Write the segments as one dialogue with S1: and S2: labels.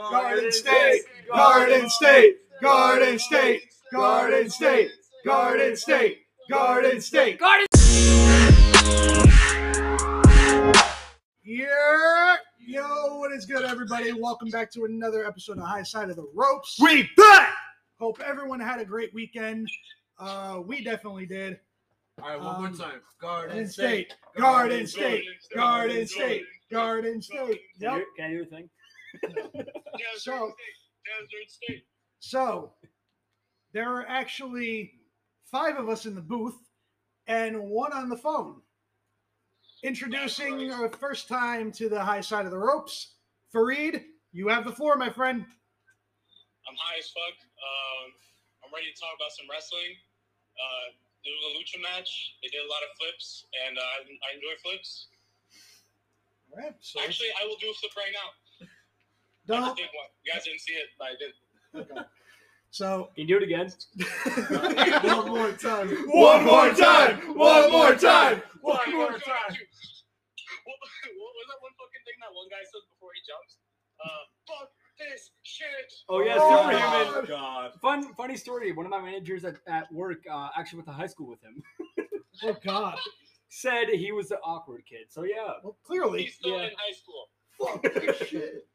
S1: Garden State, Garden State, Garden State, Garden State, Garden State, Garden State.
S2: Garden.
S1: Yeah. Yo, what is good, everybody? Welcome back to another episode of High Side of the Ropes.
S2: We back.
S1: Hope everyone had a great weekend. Uh, we definitely did.
S3: All right, one
S1: Um,
S3: more time. Garden
S1: Garden
S3: State.
S1: State, Garden State, Garden State, Garden State. Yep.
S2: Can I do a thing?
S1: So-
S4: Desert State. Desert State.
S1: So there are actually five of us in the booth and one on the phone. Introducing our first time to the high side of the ropes, Fareed, you have the floor, my friend.
S4: I'm high as fuck. Um, I'm ready to talk about some wrestling. Uh, it was a lucha match. They did a lot of flips, and uh, I, I enjoy flips.
S1: All right, so
S4: Actually, I will do a flip right now. I
S1: don't.
S4: just did one. You guys didn't see it, but I did.
S1: So
S2: Can you do it again?
S3: One
S1: Oh,
S3: more time.
S1: One more time. One more time.
S4: Alright, go, go, go, you. What, what was that one fucking thing that one guy says before he jumps? Uh, fuck this shit.
S2: Oh yeah,
S1: Oh,
S2: superhuman.
S1: God.
S3: God.
S2: Fun, funny story. One of my managers at, at work uh, actually went to high school with him.
S1: oh god.
S2: Said he was an awkward kid. So yeah.
S1: Well, clearly.
S4: He's still
S2: Yeah.
S4: in high school.
S1: Fuck this shit.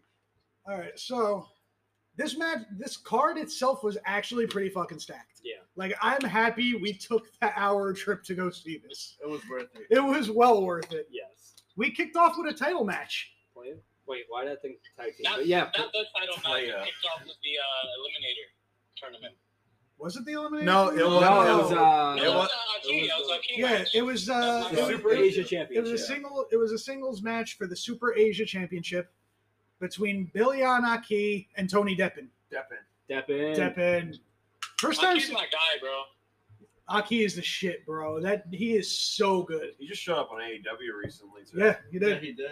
S1: All right, so this match, this card itself was actually pretty fucking stacked.
S2: Yeah.
S1: Like I'm happy we took the hour trip to go see this.
S3: It was worth it.
S1: It was well worth it.
S2: Yes.
S1: We kicked off with a title match.
S2: Play it. Wait, why did I think tag team?
S4: That-
S2: But yeah.
S4: That, that's I don't know.
S3: Oh, yeah.
S4: kicked off with the uh, Eliminator tournament.
S1: Was it the elimination?
S3: No, it
S1: tournament?
S3: was-
S2: no, it was uh,
S4: It
S3: It
S4: was uh,
S3: was-
S4: Akini. It was Akini.
S1: yeah, it was uh
S4: That's
S2: the
S1: it
S4: not
S1: was,
S2: Super
S1: it,
S2: Asia
S1: it
S2: Championship.
S1: was a single it was a singles match for the Super Asia Championship between Billion Aki and Tony Deppen.
S3: Deppin.
S2: Step in.
S1: Deppen. First time
S4: Aki's my guy, bro.
S1: Aki is the shit, bro. That he is so good.
S3: He just showed up on AEW recently too.
S1: Yeah, he did.
S5: he did.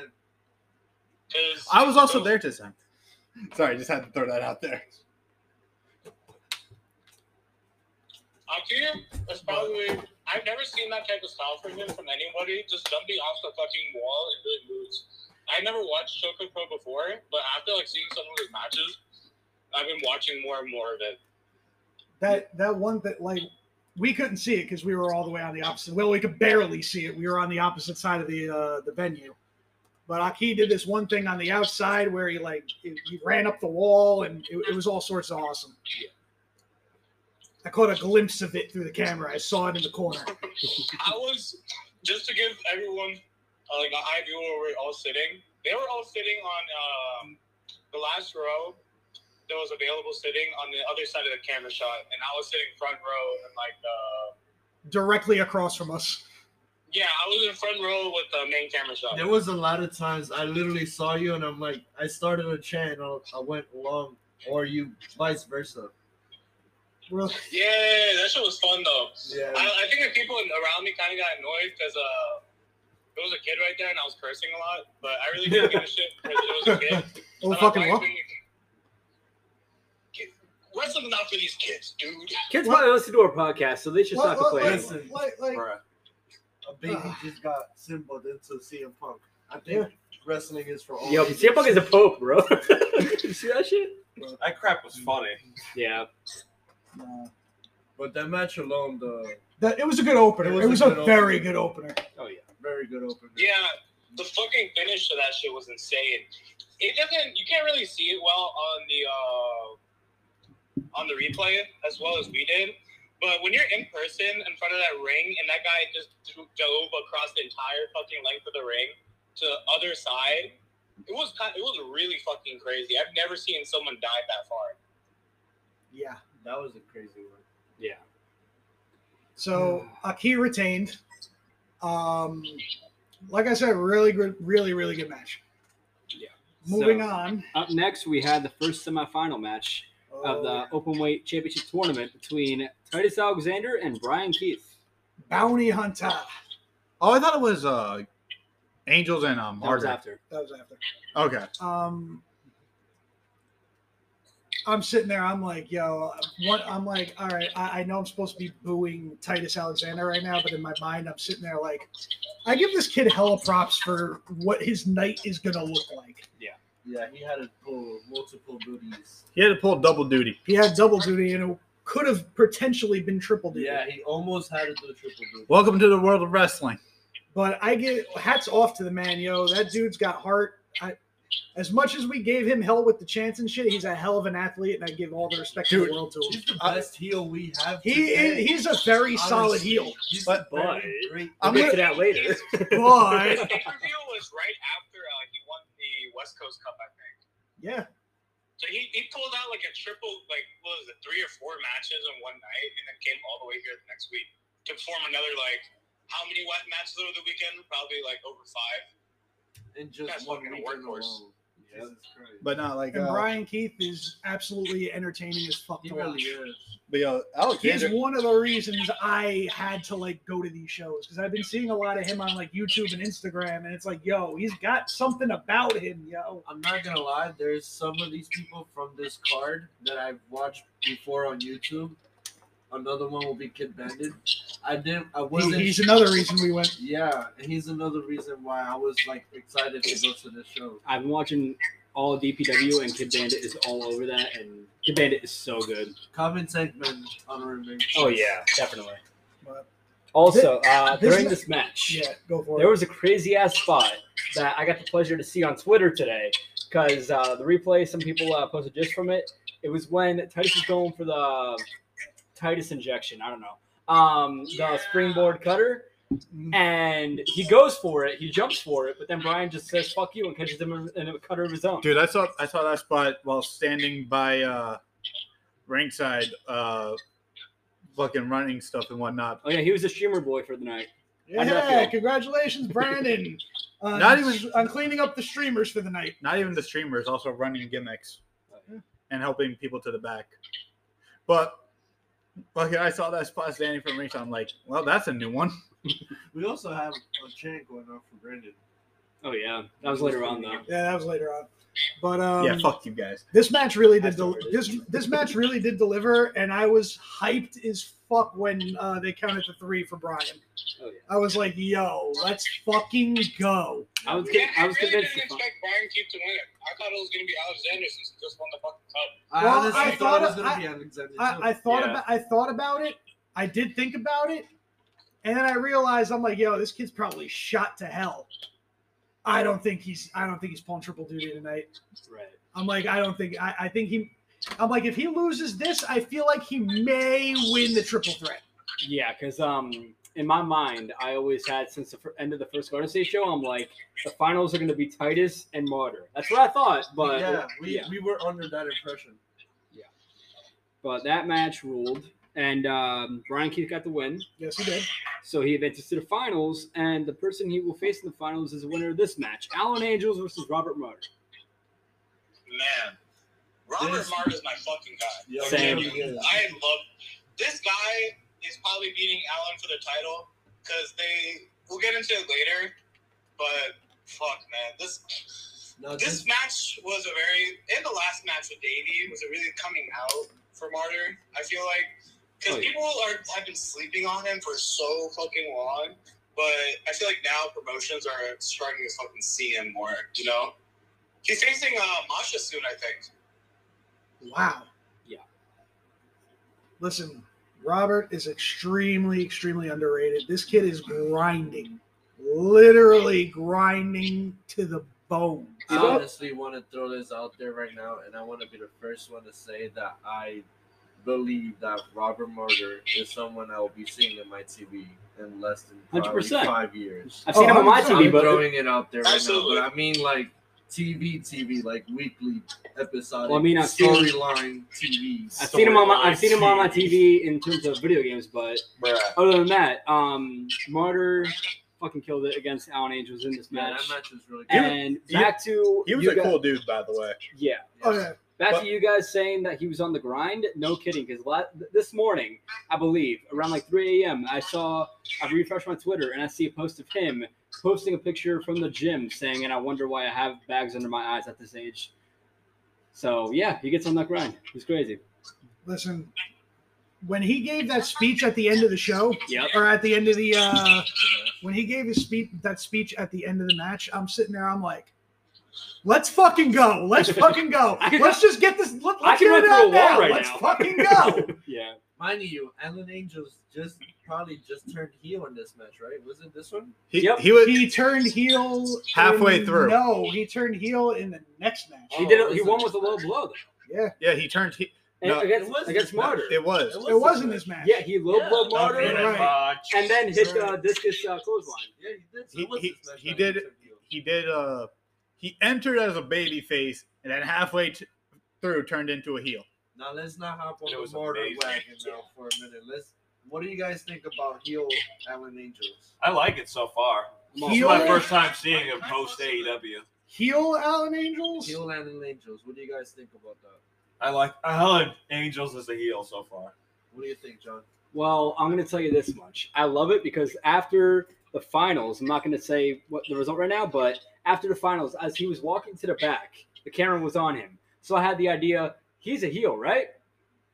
S4: 'Cause-
S5: I was also
S4: so-
S5: there this time. Sorry, just had to throw that out there.
S4: Akira is probably I've never seen that type of style from him from anybody. Just jumping off the fucking wall and doing moves. I never watched Shoko Pro before, but after like seeing some of his matches, I've been watching more and more of it.
S1: That that one that like we couldn't see it because we were all the way on the opposite. Well, we could barely see it. We were on the opposite side of the uh, the venue. But Aki did this one thing on the outside where he like he he ran up the wall and it, it was all sorts of awesome. I caught a glimpse of it through the camera. I saw it in the corner.
S4: I was just to give everyone uh, like a high view where we're all sitting. They were all sitting on um, the last row that was available, sitting on the other side of the camera shot, and I was sitting front row and like uh,
S1: Directly across from us.
S4: yeah, I was in front row with the main camera shot.
S5: There was a lot of times I literally saw you and I'm like, I started a chant and I- I went along, or you vice versa.
S1: Really?
S4: Yeah, that shit was fun though.
S5: Yeah.
S4: I, I think the people around me kind of got annoyed because uh, there was a kid right there and I was cursing a lot, but I really didn't give a shit because it was a kid.
S1: Oh
S4: And I'm
S1: fucking
S4: like,
S1: well.
S4: "Kid- Wrestling's not for these kids, dude.
S2: Kids
S1: What?
S2: probably listen to our podcast, so they should
S1: Like,
S2: stop complaining.
S5: what-
S1: like, like, Ah. like,
S3: Bruh.
S5: A baby
S1: Ugh.
S5: just got symboled into CM Punk. I think wrestling is for all.
S2: Yo,
S5: ages.
S2: CM Punk is a pope, bro. you see that shit?
S3: That crap was funny.
S2: Yeah.
S1: no.
S5: But that match alone, the
S1: that, it was a good opener. It was, a,
S5: good
S1: very
S5: opener.
S1: good opener.
S2: Oh yeah.
S5: very good opener.
S4: Yeah, the fucking finish to that shit was insane. It doesn't. You can't really see it well on the uh, on the replay as well as we did. But when you're in person in front of that ring and that guy just dro- dove across the entire fucking length of the ring to the other side, it was kind. It was really fucking crazy. I've never seen someone dive that far.
S1: Yeah.
S5: That was a crazy one.
S2: Yeah.
S1: So Aki retained. Um, like I said, really good, really, really good match. Moving
S2: So,
S1: on.
S2: Up next, we had the first semifinal match of
S5: Oh,
S2: the Openweight Championship Tournament between Titus Alexander and Brian Keith.
S1: Bounty Hunter.
S6: Oh, I thought it was uh Angels and um
S2: That was
S6: Margaret.
S2: after.
S1: That was after.
S6: Okay.
S1: Um, I'm sitting there. I'm like, yo, what? I'm like, all right. I, I know I'm supposed to be booing Titus Alexander right now, but in my mind, I'm sitting there like, I give this kid hella props for what his night is gonna look like.
S2: Yeah.
S5: Yeah, he had to pull multiple duties.
S6: He had to pull double duty.
S1: He had double duty and it could have potentially been triple duty.
S5: Yeah, he almost had to do triple duty.
S6: Welcome to the world of wrestling.
S1: But I get hats off to the man, yo. That dude's got heart. I, as much as we gave him hell with the chance and shit, he's a hell of an athlete, and I give all the respect in the
S6: Dude,
S1: world to him. Uh,
S5: He's the
S6: I-
S5: best heel we have.
S1: He
S5: today.
S1: is, he's a very solid
S5: Honestly,
S1: heel.
S5: He's a
S6: But-
S5: very great.
S6: I'm
S2: we'll
S6: gonna-
S2: get to that later.
S1: But
S4: His pay-per-view was right after uh, he won the West Coast Cup, I think.
S1: yeah,
S4: So he, he pulled out like a triple, like what was it, three or four matches in one night, and then came all the way here the next week to form another like how many wa- matches over the weekend? Probably like over five.
S5: And just
S4: That's
S5: one
S4: fucking a
S5: weekend
S4: workhorse.
S5: alone. Jesus Christ.
S6: But not like
S1: and
S6: uh,
S1: Brian Keith is absolutely entertaining as fuck
S5: He
S1: to
S5: really
S1: watch.
S5: is.
S6: But yo,
S1: He's
S6: Alexander,
S1: one of the reasons I had to like go to these shows because I've been seeing a lot of him on like YouTube and Instagram, and it's like, yo, he's got something about him, yo.
S5: I'm not gonna lie. There's some of these people from this card that I've watched before on YouTube. Another one will be Kid Bandit. I didn't. I
S1: He-
S5: wasn't.
S1: he's another reason we went.
S5: yeah, and he's another reason why I was like excited to go to the show.
S2: I've been watching all DPW, and Kid Bandit is all over that, and Kid Bandit is so good.
S5: Comment segment honorary mentions.
S2: Oh yeah, definitely.
S1: But-
S2: Also, uh,
S1: This-
S2: during this match,
S1: Yeah, go for it.
S2: there was a crazy ass spot that I got the pleasure to see on Twitter today because uh, the replay, some people uh, posted just from it. It was when Titus was going for the Titus injection. I don't know. Um,
S4: Yeah.
S2: The springboard cutter. And he goes for it. He jumps for it. But then Brian just says, fuck you, and catches him in a cutter of his own.
S6: dude, I saw I saw that spot while standing by uh ringside, uh fucking running stuff and whatnot.
S2: Oh, yeah, he was a streamer boy for the night. I know that
S1: Yeah,
S2: feeling.
S1: congratulations, Brandon. on,
S6: Not even-
S1: on cleaning up the streamers for the night.
S6: Not even the streamers, also running gimmicks and helping people to the back. But okay, I saw that spot standing from ringside. I'm like, well, that's a new one.
S5: We also have a chant going on for Brandon.
S2: Oh, yeah. That was later on, though.
S1: Yeah, that was later on. But um,
S6: yeah, fuck you guys.
S1: this match really
S2: That's
S1: did del-
S2: what it
S1: this this match really did deliver, and I was hyped as fuck when uh, they counted to three for Brian.
S2: Oh, yeah.
S1: I was like, "Yo, let's fucking go!"
S2: I was,
S4: Yeah, I,
S2: con- I was
S4: really
S2: convinced.
S4: didn't expect Brian Keith to win it. I thought it was going to be Alexander since he just won the fucking cup.
S5: I
S1: Well,
S5: honestly
S1: I
S5: thought it was
S1: thought-
S5: gonna
S1: I-
S5: be Alexander. too.
S1: I, I thought
S2: Yeah.
S1: about I thought about it. I did think about it, and then I realized I'm like, "Yo, this kid's probably shot to hell." I don't think he's I don't think he's pulling triple duty tonight.
S2: Right.
S1: I'm like, I don't think I, I think he I'm like, if he loses this, I feel like he may win the triple threat.
S2: Yeah, because um, in my mind, I always had since the fir- end of the first Garden State show, I'm like, the finals are going to be Titus and Martyr. That's what I thought, but
S5: yeah, we,
S2: yeah.
S5: we were under that impression.
S2: but that match ruled, and um, Brian Keith got the win,
S1: Yes, he did.
S2: so he advances to the finals, and the person he will face in the finals is the winner of this match: Alan Angels versus Robert Martyr.
S4: Man, Robert
S5: This-
S4: Marr is my fucking guy.
S5: Yeah,
S4: Like,
S2: Same.
S4: genuinely, I love this guy. Is probably beating Allen for the title because they. We'll get into it later, but fuck, man, this
S5: No,
S4: this
S5: this,
S4: match was a very and the last match with Davey was a really coming out for Martyr. I feel like because
S2: Oh, yeah.
S4: people are have been sleeping on him for so fucking long, but I feel like now promotions are starting to fucking see him more. You know, he's facing uh, Masha soon, I think.
S1: Wow.
S2: Yeah.
S1: Listen, Robert is extremely, extremely underrated. This kid is grinding. Literally grinding to the bone.
S5: I
S2: You know-
S5: honestly want to throw this out there right now, and I want to be the first one to say that I believe that Robert Murder is someone I will be seeing in my TV in less than probably
S2: 100%.
S5: five years.
S2: I've
S1: Oh,
S2: seen him on my
S1: I'm-
S2: TV,
S5: I'm
S2: but
S5: throwing it out there right
S4: Absolutely.
S5: now, but I mean like TV, TV, like weekly episodic
S2: Well, I mean, I've seen-
S5: storyline TV.
S2: I've seen him on my I've seen him on my TV in terms of video games, but other than that, um, Martyr fucking killed it against Alan Angels in this
S5: Man,
S2: match.
S5: that match was really good.
S2: And
S6: he-
S2: back to
S6: He was
S2: you
S6: a
S2: guys-
S6: cool dude, by the way.
S2: Yeah,
S1: Oh yeah.
S2: back
S6: But-
S2: to you guys saying that he was on the grind. No kidding, because this morning, I believe around like 3 a.m., I saw I refreshed my Twitter and I see a post of him posting a picture from the gym saying, "And I wonder why I have bags under my eyes at this age." So yeah, he gets on that grind. He's crazy.
S1: Listen. When he gave that speech at the end of the show,
S2: Yep.
S1: or at the end of the uh when he gave his speech that speech at the end of the match, I'm sitting there, I'm like, Let's fucking go. Let's fucking go.
S2: I can-
S1: Let's just get this. Let,
S2: I
S1: let's get
S2: can run
S1: it
S2: through a
S1: out
S2: wall
S1: now.
S2: right
S1: Let's
S2: now.
S1: fucking go.
S2: yeah.
S6: Oh,
S5: Mind you, Alan Angels just probably just turned heel in this match, right? Was it this one?
S6: He,
S2: Yep.
S6: he was
S1: He turned heel
S6: Halfway
S1: in-
S6: through.
S1: No, he turned heel in the next match.
S2: He did.
S5: Oh,
S2: it. He
S5: was
S2: won
S5: it-
S2: with a low blow. Though.
S6: yeah he turned he,
S2: And
S6: No,
S5: it
S2: against
S5: wasn't.
S2: against
S5: No,
S2: Martyr.
S6: it was
S5: It
S1: It wasn't this match.
S2: Yeah, he low
S5: Yeah.
S2: blow
S5: Not
S2: Martyr,
S1: really.
S2: and, then hit uh, discus uh, clothesline.
S5: Yeah, he did.
S6: He-
S5: It was
S6: he-
S5: this match
S6: he
S5: that
S6: did-
S5: turned heel.
S6: he did uh he entered as a baby face and then halfway t- through turned into a heel.
S5: Now let's not hop on
S3: It was
S5: the mortar
S3: amazing.
S5: wagon now for a minute. Let's. What do you guys think about heel Allen Angels?
S3: I like it so far. This is
S1: Heel-
S3: my first time seeing him post E AEW.
S1: Heel Allen Angels.
S5: Heel Allen Angels. What do you guys think about that?
S3: I like Helen Angels as a heel so far.
S5: What do you think, John?
S2: Well, I'm going to tell you this much. I love it because after the finals, I'm not going to say what the result right now, but after the finals, as he was walking to the back, the camera was on him. So I had the idea he's a heel, right?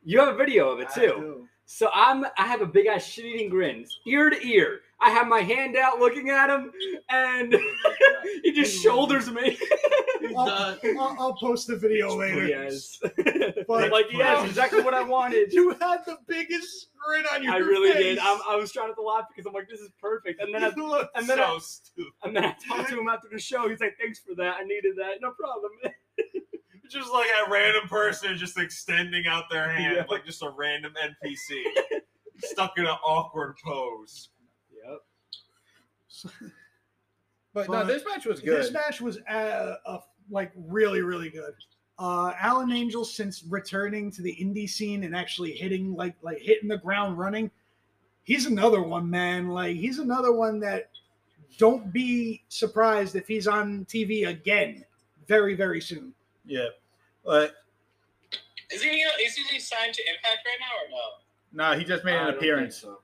S2: You have a video of it
S5: I
S2: too.
S5: do.
S2: So I'm I have a big ass shit eating grin, ear to ear. I have my hand out looking at him, and he just shoulders me. uh,
S1: I'll, I'll, I'll post the video later.
S2: yes.
S1: But
S2: like yes, exactly what I wanted.
S1: You had the biggest grin on your
S2: I really
S1: face.
S2: did. I'm, I was trying not to laugh because I'm like, this is perfect. And then I,
S1: You look
S2: and then
S3: so
S2: I,
S3: stupid.
S2: and then I talked to him after the show. He's like, thanks for that. I needed that. No problem.
S3: Just like a random person just extending out their hand,
S2: Yeah.
S3: like just a random NPC stuck in an awkward pose.
S2: Yep.
S6: But,
S1: But
S6: no, this match was good.
S1: This match was uh, uh, like really, really good. Uh, Alan Angel, since returning to the indie scene and actually hitting like like hitting the ground running, he's another one, man. Like he's another one that don't be surprised if he's on TV again very, very soon.
S6: yeah. But
S4: Is he is he signed to Impact right now or no?
S6: no, he just made
S5: I don't
S6: an
S5: think
S6: appearance.
S5: so.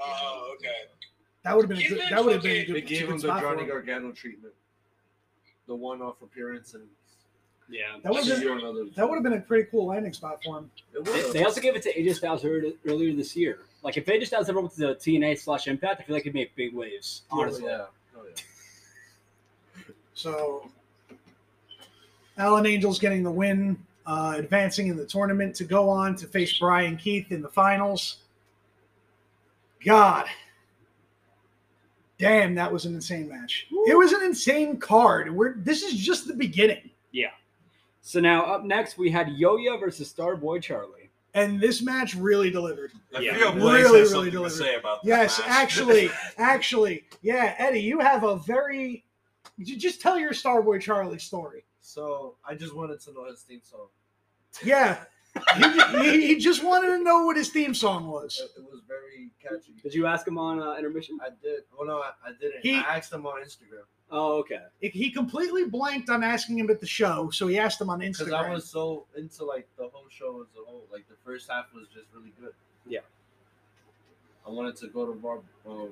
S4: Oh, okay.
S1: That would have been a
S4: He's
S1: good,
S4: been
S1: that would have been a
S4: fucking-
S1: good,
S5: They gave
S1: good
S5: him the
S1: spot for
S5: Johnny
S1: him.
S5: Gargano treatment, the one-off appearance, and
S2: Yeah.
S1: That would have been, that would have been a pretty cool landing spot for him.
S2: They, they also gave it to AJ Styles earlier, earlier this year. Like if AJ Styles ever went to the TNA slash Impact, I feel like it'd make big waves. Honestly.
S5: Yeah. Oh, yeah.
S1: So Alan Angel's getting the win, uh, advancing in the tournament to go on to face Brian Keith in the finals. God. Damn, that was an insane match. It was an insane card. We're, this is just the beginning.
S2: So now up next we had Yo-Yo versus Starboy Charlie.
S1: And this match really delivered.
S3: I
S2: Yeah.
S3: feel Blaze
S1: Really,
S3: has
S1: really
S3: something to
S1: delivered.
S3: say about this
S1: Yes,
S3: match.
S1: actually, actually. Yeah, Eddie, you have a very. j- Just tell your Starboy Charlie story.
S5: So I just wanted to know his theme song.
S1: Yeah. He- he, he just wanted to know what his theme song was.
S5: It, it was very catchy.
S2: Did you ask him on uh, intermission?
S5: I did. Well, no, I, I didn't.
S1: He-
S5: I asked him on Instagram
S2: Oh, okay.
S1: If he completely blanked on asking him at the show, so he asked him on
S5: because
S1: Instagram.
S5: I was so into like the whole show as a whole. Like the first half was just really good.
S2: Yeah.
S5: I wanted to go to Rob, um,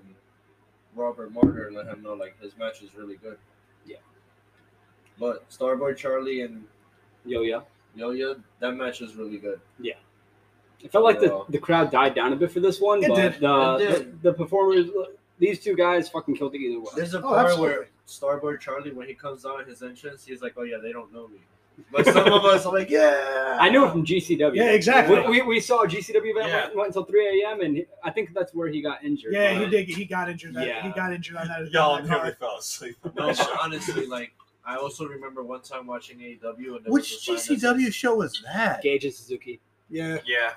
S5: Robert Martyr and let him know like his match is really good.
S2: Yeah.
S5: But Starboy Charlie and
S2: Yo-Yo.
S5: Yo-Yo, that match was really good.
S2: It felt like
S5: Yeah.
S2: the, the crowd died down a bit for this one,
S1: It
S2: but
S1: did.
S2: The,
S5: It
S2: the the performers, these two guys, fucking killed it either way.
S5: There's a
S1: Oh,
S5: part
S1: absolutely.
S5: where Starboy Charlie, when he comes on his entrance, he's like, "Oh yeah, they don't know me." But some of us are like, "Yeah."
S2: I knew it from GCW.
S1: Yeah, exactly.
S2: We, we, we saw a GCW event
S3: Yeah.
S2: went, went until 3 a.m. and I think that's where he got injured.
S1: yeah, he
S2: but-
S1: did. He got injured. That, He
S2: Yeah.
S1: got injured on that.
S3: y'all
S1: on that
S3: nearly
S1: card.
S3: fell asleep.
S5: No, but honestly, like I also remember one time watching AEW and there
S6: Which
S5: was a sign that
S6: GCW show was that?
S2: Gage and Suzuki.
S1: Yeah.
S3: yeah,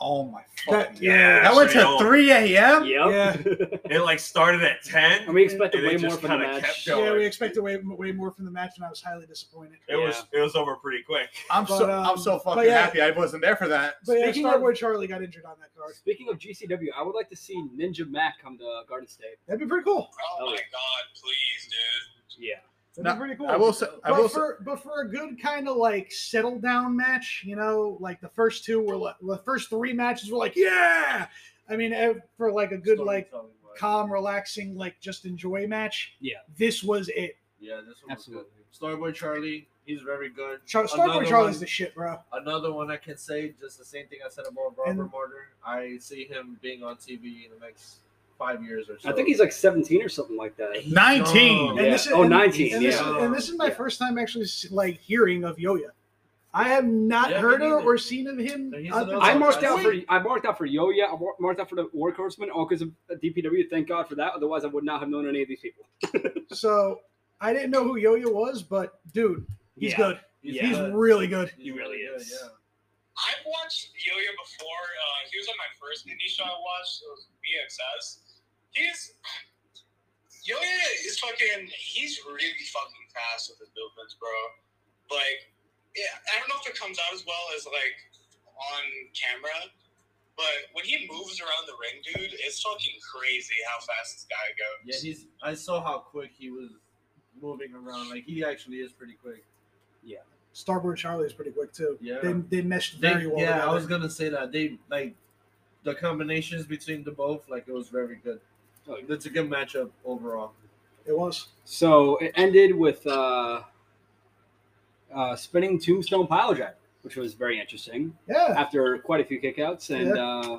S6: Oh my
S1: That-
S6: fucking
S3: yeah.
S6: That went
S3: so
S6: to 3 a.m.
S2: Yep.
S3: It like started at ten.
S2: and we expected
S3: And it
S2: way more
S3: just
S2: from the
S3: kinda
S2: match.
S3: kept going.
S1: Yeah, we expected way, way more from the match, and I was highly disappointed.
S3: It was it was over pretty quick.
S6: I'm
S1: But,
S6: so
S1: um,
S6: I'm so
S1: but
S6: fucking
S1: yeah.
S6: happy I wasn't there for that.
S1: But yeah,
S2: Speaking
S1: Starboy Charlie got injured on that card.
S2: Speaking of GCW, I would like to see Ninja Mac come to Garden State.
S1: That'd be pretty cool.
S4: Oh
S2: Oh,
S4: my
S2: yeah.
S4: god, please, dude.
S2: Yeah.
S1: That'd
S6: No,
S1: be pretty cool.
S6: I will say I
S1: but
S6: will say,
S1: for but for a good kind of like settle down match, you know, like the first two were like the first three matches were like yeah. I mean, ev- for like a good like
S5: storytelling-wise.
S1: calm, relaxing, like just enjoy match.
S2: Yeah.
S1: this was it.
S5: Yeah, this one was good.
S2: Absolutely.
S5: Starboy Charlie, he's very good.
S1: Char-
S5: Another
S1: Starboy Charlie's
S5: one-
S1: the shit, bro.
S5: Another one I can say, just the same thing I said about Robert
S1: And-
S5: Martyr. I see him being on TV in the next five years or so.
S2: I think he's like 17 or something like that.
S6: 19.
S1: And
S2: Yeah.
S1: this is,
S2: Oh,
S1: and-
S2: 19,
S1: And this,
S5: yeah.
S1: is, and this is my
S2: Yeah.
S1: first time actually s- like hearing of Yoya. I have not
S5: Yeah, me
S1: heard of
S5: neither.
S1: or seen of him.
S5: He's
S1: up
S5: another
S1: until-
S2: I marked out for
S5: Wait.
S2: I marked out for Yo-Yo. I mar- marked out for the War Horseman all because of DPW. Thank God for that. Otherwise, I would not have known any of these people.
S1: So I didn't know who Yoya was, but dude, he's good. He's
S5: good.
S1: really good.
S5: He's
S2: He really
S5: good,
S2: is.
S5: Yeah.
S4: I've watched Yo-Yo before. Uh, he was on my first indie show I watched. It was BXS. He's Yo-Yo is fucking. He's really fucking fast with his movements, bro. Like, yeah, I don't know if it comes out as well as like on camera, but when he moves around the ring, dude, it's fucking crazy how fast this guy goes.
S5: Yeah, he's. I saw how quick he was moving around. Like he actually is pretty quick.
S1: Starboard Charlie is pretty quick too.
S5: Yeah.
S1: They, they meshed
S5: They-
S1: very well.
S5: yeah, I
S1: together.
S5: was gonna say that they like the combinations between the both. Like it was very good.
S2: Oh, yeah.
S5: It's a good matchup overall.
S1: It was.
S2: So it ended with uh, uh, spinning tombstone piledrive, which was very interesting.
S1: Yeah,
S2: After quite a few kickouts, and uh,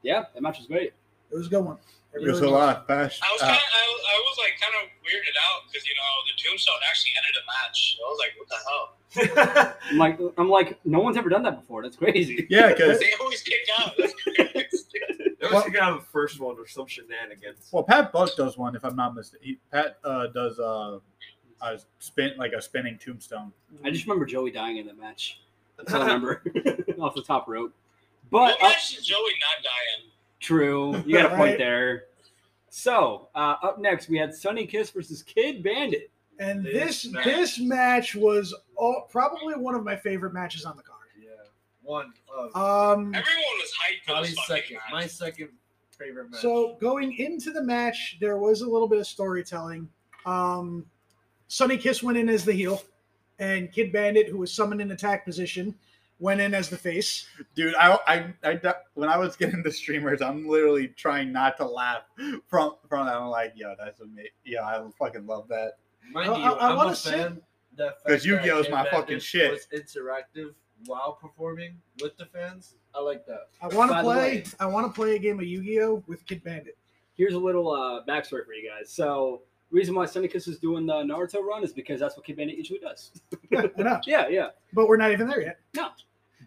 S2: yeah, that match was great.
S1: it was a good one. It
S6: It was
S1: really
S6: a lot fast.
S4: I was
S6: uh,
S4: kind of, I, I was like kind of weirded out because you know the tombstone actually ended a match. I was like, what the hell?
S2: I'm like, I'm like, no one's ever done that before. That's crazy.
S6: yeah, because
S4: They always kick out.
S3: They always got out the first one or some shenanigans.
S6: well, Pat Buck does one if I'm not mistaken. He- Pat uh, does uh, a spin like a spinning tombstone.
S2: I just remember Joey dying in that match. That's all I remember off the top rope. But
S4: what
S2: uh,
S4: match did Joey not die in?
S2: True. You got a
S1: Right.
S2: point there. So, uh, up next, we had Sunny Kiss versus Kid Bandit.
S1: And
S5: This
S1: this
S5: match.
S1: this match was all, probably one of my favorite matches on the card.
S5: Yeah, one of
S2: Oh,
S1: Um,
S4: Everyone was hyped for
S5: probably
S4: this fucking
S5: second. My
S4: match.
S5: second favorite match.
S1: So going into the match, there was a little bit of storytelling. Um, Sonny Kiss went in as the heel, and Kid Bandit, who was summoned in attack position, went in as the face.
S6: Dude, I, I, I, d- when I was getting the streamers, I'm literally trying not to laugh from from that. I'm like, yo, that's amazing. Yeah, I fucking love that.
S5: Mind
S1: I-
S5: you,
S1: I- I
S5: I, am
S1: wanna
S5: a
S1: say-
S5: fan. that fact
S6: Because
S5: that
S6: Yu-Gi-Oh! is
S5: Kid
S6: my
S5: Bandit
S6: fucking shit.
S5: Was interactive while performing with the fans. I like that.
S1: I want
S2: By
S1: to
S2: the
S1: play.
S2: way-
S1: I want to play a game of Yu-Gi-Oh with Kid Bandit.
S2: Here's a little uh, backstory for you guys. So, reason why Sunny Kiss is doing the Naruto run is because that's what Kid Bandit usually does.
S1: Yeah, I know,
S2: yeah, yeah.
S1: but we're not even there yet.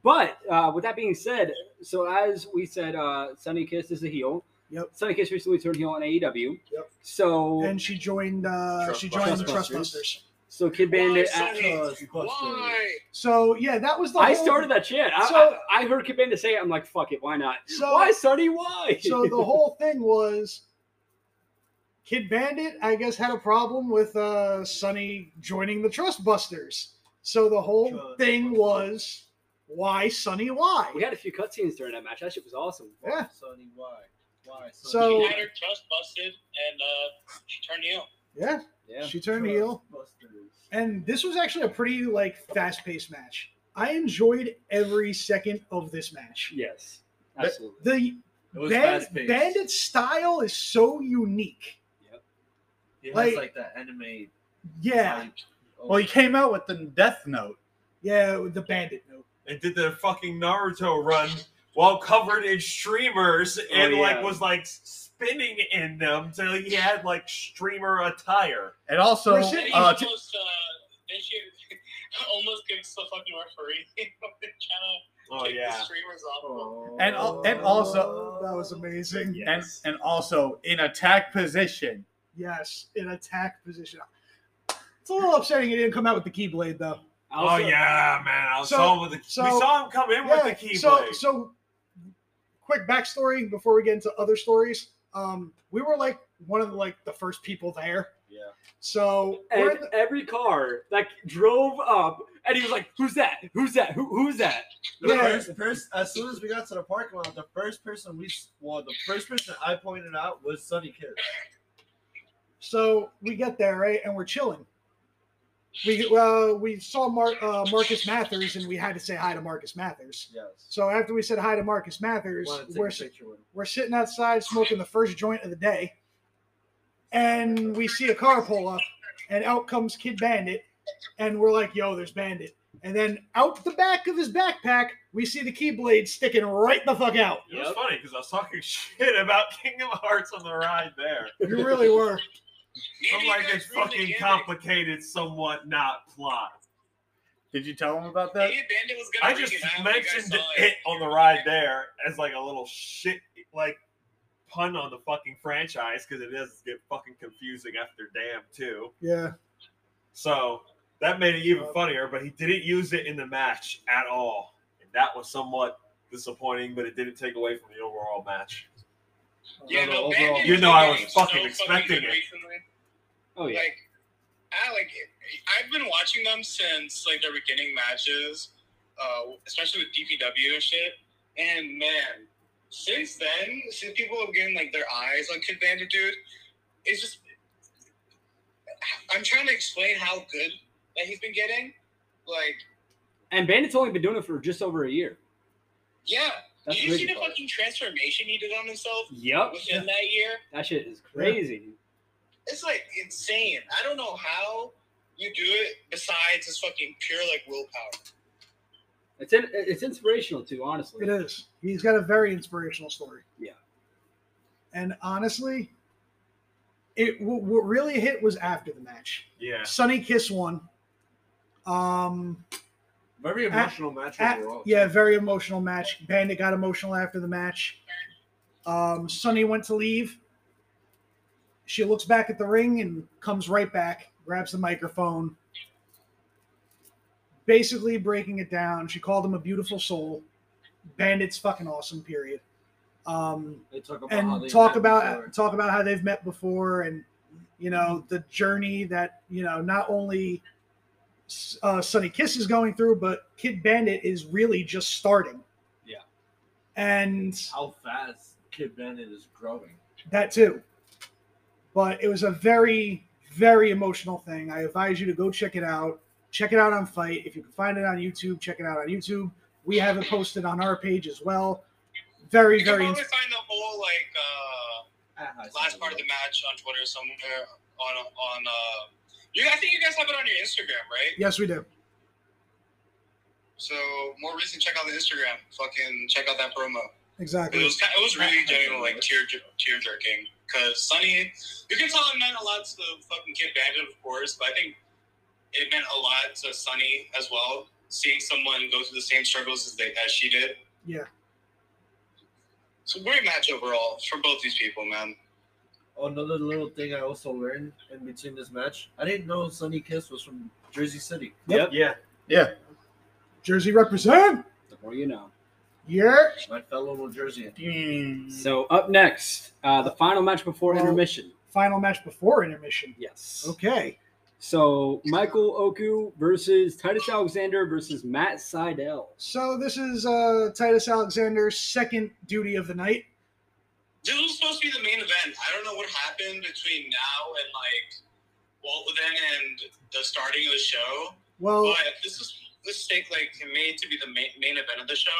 S2: But uh, with that being said, so as we said, uh, Sunny Kiss is a heel.
S1: Yep.
S2: Sunny Kiss recently turned heel on AEW.
S1: Yep.
S2: So,
S1: And she joined. Uh, she joined the Trustbusters.
S2: so Kid Bandit. uh,
S4: Why, Sonny?
S5: Trust Busters.
S4: Why?
S1: So yeah, that was the.
S2: I
S1: whole-
S2: started that chant. I,
S1: So-
S2: I, I heard Kid Bandit say it. I'm like, fuck it, why not?
S1: So
S2: why, Sunny? Why?
S1: so the whole thing was Kid Bandit, I guess, had a problem with uh Sonny joining the Trust Busters. So the whole
S5: Trust
S1: thing
S5: Busters.
S1: was why Sonny why?
S2: we had a few cutscenes during that match. That shit was awesome.
S1: Yeah.
S5: Sonny, why? Why? Sonny?
S1: So-
S4: She had her trust busted and uh, she turned heel.
S1: Yeah,
S2: Yeah.
S1: she turned
S5: Trust
S1: heel.
S5: Busters.
S1: And this was actually a pretty like fast-paced match. I enjoyed every second of this match.
S2: Yes,
S6: That-
S2: absolutely.
S1: The
S5: It was
S1: Band-
S5: fast paced.
S1: Bandit style is so unique.
S5: He has
S1: like-
S5: like, that anime.
S1: Yeah,
S5: Like, oh,
S6: Well, he came out with the Death Note.
S1: yeah, with the Bandit note.
S3: They did their fucking Naruto run while covered in streamers and
S2: yeah.
S3: like was like spinning in them till he had like streamer attire.
S6: And also,
S1: We're sitting-
S6: uh,
S4: And
S6: t-
S4: she almost, uh, then she almost kicks the fucking referee. trying
S3: Oh
S4: to kick
S3: yeah.
S4: the streamers off.
S5: oh.
S6: And al- and also-
S1: That was amazing.
S6: and, and also in attack position.
S1: Yes, in attack position. It's a little upsetting he didn't come out with the Keyblade though.
S3: Oh yeah, man. I
S1: So-
S3: saw him with the
S1: so-
S3: we saw him come in with the keyblade.
S1: so so quick backstory before we get into other stories. Um, we were like one of the, like the first people there.
S5: Yeah.
S1: So we're
S2: And
S1: in the-
S2: every car like drove up, and he was like, "Who's that? Who's that? Who, who's that?"
S5: The
S1: Yeah.
S5: first, first, as soon as we got to the parking lot, the first person we, s- well, the first person I pointed out was Sonny Kiss.
S1: so we get there right, and we're chilling. We uh, we saw Mar- uh, Marcus Mathers, and we had to say hi to Marcus Mathers.
S5: Yes.
S1: So after we said hi to Marcus Mathers,
S5: Wanted to take
S1: we're
S5: a picture with him.
S1: we're sitting outside smoking the first joint of the day, and we see a car pull up, and out comes Kid Bandit, and we're like, "Yo, there's Bandit," And then out the back of his backpack, we see the Keyblade sticking right the fuck out.
S3: It was
S2: Yep.
S3: funny because I was talking shit about Kingdom Hearts on the ride there.
S1: You really were.
S4: Maybe
S3: I'm like,
S4: you
S3: it's
S4: guys ruined the
S3: fucking
S4: gimmick.
S3: complicated, somewhat not plot.
S6: Did you tell him about that?
S4: Maybe Bandit was gonna
S3: I
S4: bring
S3: just
S4: it out, like, I
S3: mentioned
S4: saw
S3: it on the ride there as like a little shit, like pun on the fucking franchise because it does get fucking confusing after Damn too.
S1: Yeah.
S3: So that made it even funnier, but he didn't use it in the match at all. And that was somewhat disappointing, but it didn't take away from the overall match.
S4: Yeah, no,
S2: Overall-
S4: Bandit
S3: You know I was
S4: doing
S3: fucking
S4: so fucking
S3: expecting
S4: good
S3: it.
S4: recently.
S2: Oh yeah.
S4: Like, I like. I've been watching them since like their beginning matches, uh, especially with DPW and shit. And man, since then, since people have gotten like their eyes on Kid Bandit, dude, it's just. I'm trying to explain how good that he's been getting. Like,
S2: And Bandit's only been doing it for just over a year.
S4: yeah,
S2: That's
S4: did you see
S2: crazy.
S4: the fucking transformation he did on himself
S2: Yep.
S4: within that year?
S2: That shit is crazy.
S4: It's like insane. I don't know how you do it besides his fucking pure like willpower.
S2: It's in, it's inspirational too, honestly.
S1: It is. He's got a very inspirational story.
S2: Yeah.
S1: And honestly, it what what really hit was after the match.
S3: Yeah.
S1: Sunny Kiss won. Um,
S5: Very
S1: At-
S5: emotional match
S1: at-
S5: overall.
S1: yeah, very emotional match. Bandit got emotional after the match. Um, Sunny went to leave. She looks back at the ring and comes right back, grabs the microphone, basically breaking it down. She called him a beautiful soul. Bandit's fucking awesome. Period. Um,
S5: They talk about how
S1: and
S5: they
S1: talk
S5: met
S1: about
S5: before.
S1: talk about how they've met before and you know the journey that you know not only uh, Sunny Kiss is going through, but Kid Bandit is really just starting.
S2: Yeah.
S1: and
S5: how fast Kid Bandit is growing.
S1: that too. But it was a very very emotional thing. I advise you to go check it out. Check it out on Fight if you can find it on YouTube. Check it out on YouTube. We have it posted on our page as well. Very
S4: You can
S1: very.
S4: probably find the whole like uh,
S5: At high
S4: last
S5: school.
S4: part of the match on Twitter somewhere on on. Uh, you, I think you guys have it on your Instagram, right?
S1: yes, we do.
S4: So more reason to check out the Instagram. Fucking check out that promo. It
S1: Exactly.
S4: was ki- it was really genuine, like tear tear jerking. Cause Sonny, you can tell it meant a lot to the fucking kid Bandit, of course, but I think it meant a lot to Sonny as well. Seeing someone go through the same struggles as they as she did.
S1: Yeah.
S4: So great match overall for both these people, man.
S5: Another little thing I also learned in between this match, I didn't know Sunny Kiss was from Jersey City.
S2: Yep.
S3: Yeah.
S1: Jersey represent.
S2: The more you know.
S1: Yeah.
S5: My fellow New Jerseyan.
S2: So up next, uh, the final match before
S1: Well-
S2: intermission.
S1: final match before intermission.
S2: Yes.
S1: Okay.
S2: So Michael Oku versus Titus Alexander versus Matt Seidel.
S1: So this is uh, Titus Alexander's second duty of the night.
S4: This was supposed to be the main event. I don't know what happened between now and like well then and the starting of the show.
S1: Well,
S4: But this was a mistake like made to be the main, main event of the show,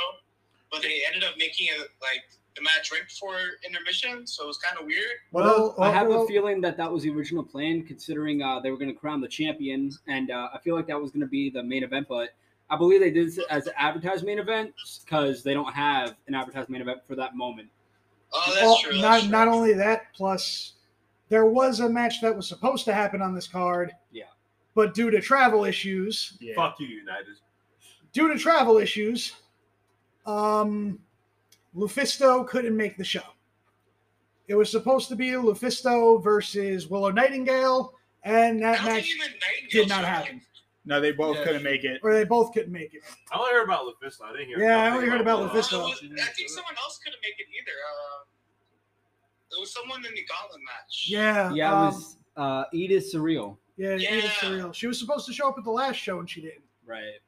S4: but they ended up making it like the match right before intermission, so it was kind of weird.
S1: well,
S2: I have
S1: well,
S2: a feeling that that was the original plan, considering uh, they were going to crown the champion, and uh, I feel like that was going to be the main event. But I believe they did this as an advertised main event because they don't have an advertised main event for that moment.
S4: Oh, that's
S1: well,
S4: true. that's
S1: not
S4: true.
S1: not only that, plus there was a match that was supposed to happen on this card.
S2: Yeah.
S1: But due to travel issues,
S6: Yeah.
S3: Fuck you, United.
S1: due to travel issues, um, Lufisto couldn't make the show. It was supposed to be Lufisto versus Willow Nightingale, and
S4: I
S1: that
S4: don't think
S1: match
S4: even Nightingale
S1: did not
S4: showed up.
S1: happen,
S6: No, they both
S5: Yeah.
S6: couldn't make it.
S1: or they both couldn't make it.
S3: I only heard about LaFista. I didn't hear.
S1: Yeah, I
S3: nothing
S1: only heard about
S4: Uh,
S1: This
S4: it
S1: LaFista.
S4: was- I think someone else couldn't make it either. Uh, it was someone in the Gauntlet match.
S1: Yeah,
S2: Yeah,
S1: um,
S2: it was uh, Edith Surreal.
S1: Yeah, yeah. Edith
S4: Yeah.
S1: Surreal. She was supposed to show up at the last show and she didn't.
S2: Right.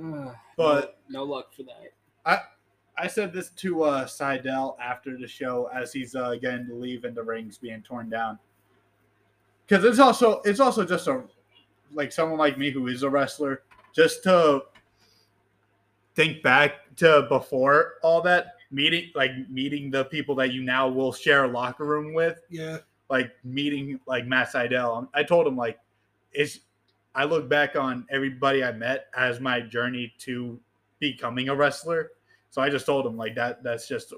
S2: Uh,
S6: But-
S2: no, no luck for that.
S6: I said this to uh, Seidel after the show as he's uh, getting to leave and the ring's being torn down. Because it's also it's also just a like someone like me who is a wrestler just to think back to before all that meeting like meeting the people that you now will share a locker room with
S1: Yeah.
S6: um, like meeting like Matt Seidel. I told him like it's I look back on everybody I met as my journey to becoming a wrestler. So I just told him like that. That's just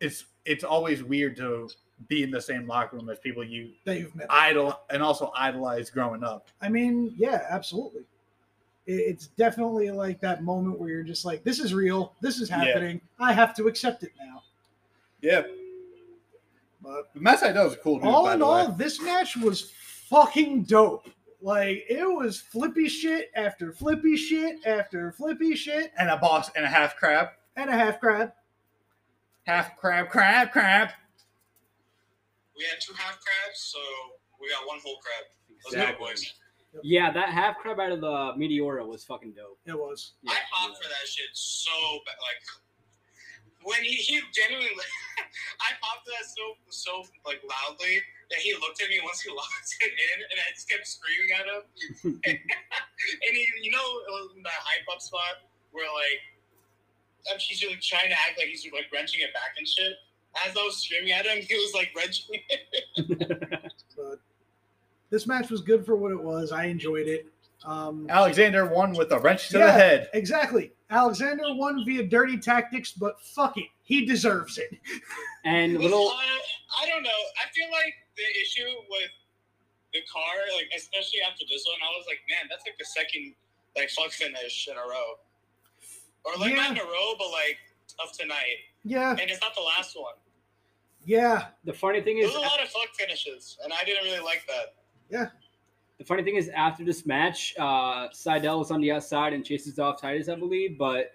S6: it's it's always weird to be in the same locker room as people you
S1: that you've met.
S6: idol and also idolize growing up.
S1: I mean, yeah, absolutely. It- It's definitely like that moment where you're just like, this is real. This is
S6: Yeah.
S1: happening. I have to accept it now.
S6: Yeah,
S1: But
S6: but Matt Seidel was a cool dude.
S1: all
S6: by
S1: in
S6: the
S1: all,
S6: way.
S1: this match was fucking dope. Like, it was flippy shit after flippy shit after flippy shit
S6: and a boss and a half crab,
S1: and a half crab.
S6: half crab, crab, crab.
S4: We had two half crabs, so we got one whole crab. Let's
S2: Exactly.
S4: go, boys.
S2: Yeah, that half crab out of the Meteora was fucking dope.
S1: It was.
S2: Yeah,
S4: I popped for that shit so bad. Like when he, he genuinely, I popped for that so so like loudly that he looked at me once he locked it in, and I just kept screaming at him. and he, you know, it was in that hype up spot where like um, he's like trying to act like he's like wrenching it back and shit. As I was screaming at him, he was like wrenching it.
S1: But this match was good for what it was. I enjoyed it. Um,
S6: Alexander won with a wrench to
S1: Yeah.
S6: the head.
S1: exactly. Alexander won via dirty tactics, but fuck it. He deserves it.
S2: And
S4: Was,
S2: little
S4: uh, I don't know. I feel like the issue with the car, like especially after this one, I was like, man, that's like the second like fuck finish in a row, or like not in a row, but like of tonight,
S1: Yeah.
S4: and it's not the last one.
S1: Yeah.
S2: the funny thing is
S4: There's a lot of fuck finishes, and I didn't really like that.
S2: the funny thing is after this match, uh Seidel was on the outside and chases off Titus, I believe, but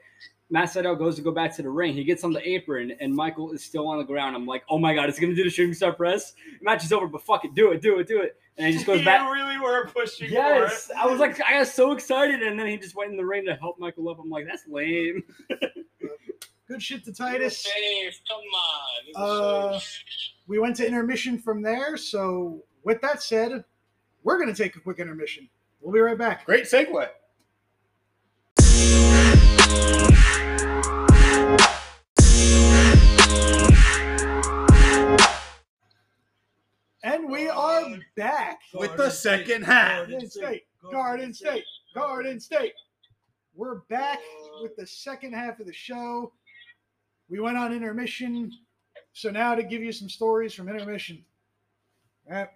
S2: Matt Seidel goes to go back to the ring. He gets on the apron and Michael is still on the ground. I'm like, oh my god, it's gonna do the shooting star press. match is over, but fuck it, do it, do it, do it. And he just goes
S3: you
S2: back.
S3: really were pushing
S2: Yes,
S3: for it.
S2: I was like, I got so excited, and then he just went in the ring to help Michael up. I'm like, that's lame.
S1: Good shit to
S4: You were
S1: Titus.
S4: safe. Come on. You were
S1: Uh,
S4: safe.
S1: We went to intermission from there. So, with that said, we're going to take a quick intermission. We'll be right back.
S6: Great segue.
S1: And we are back.
S6: With the second half.
S1: Garden State. Garden State. Garden State. We're back with the second half of the show. We went on intermission. So, now to give you some stories from intermission. All right.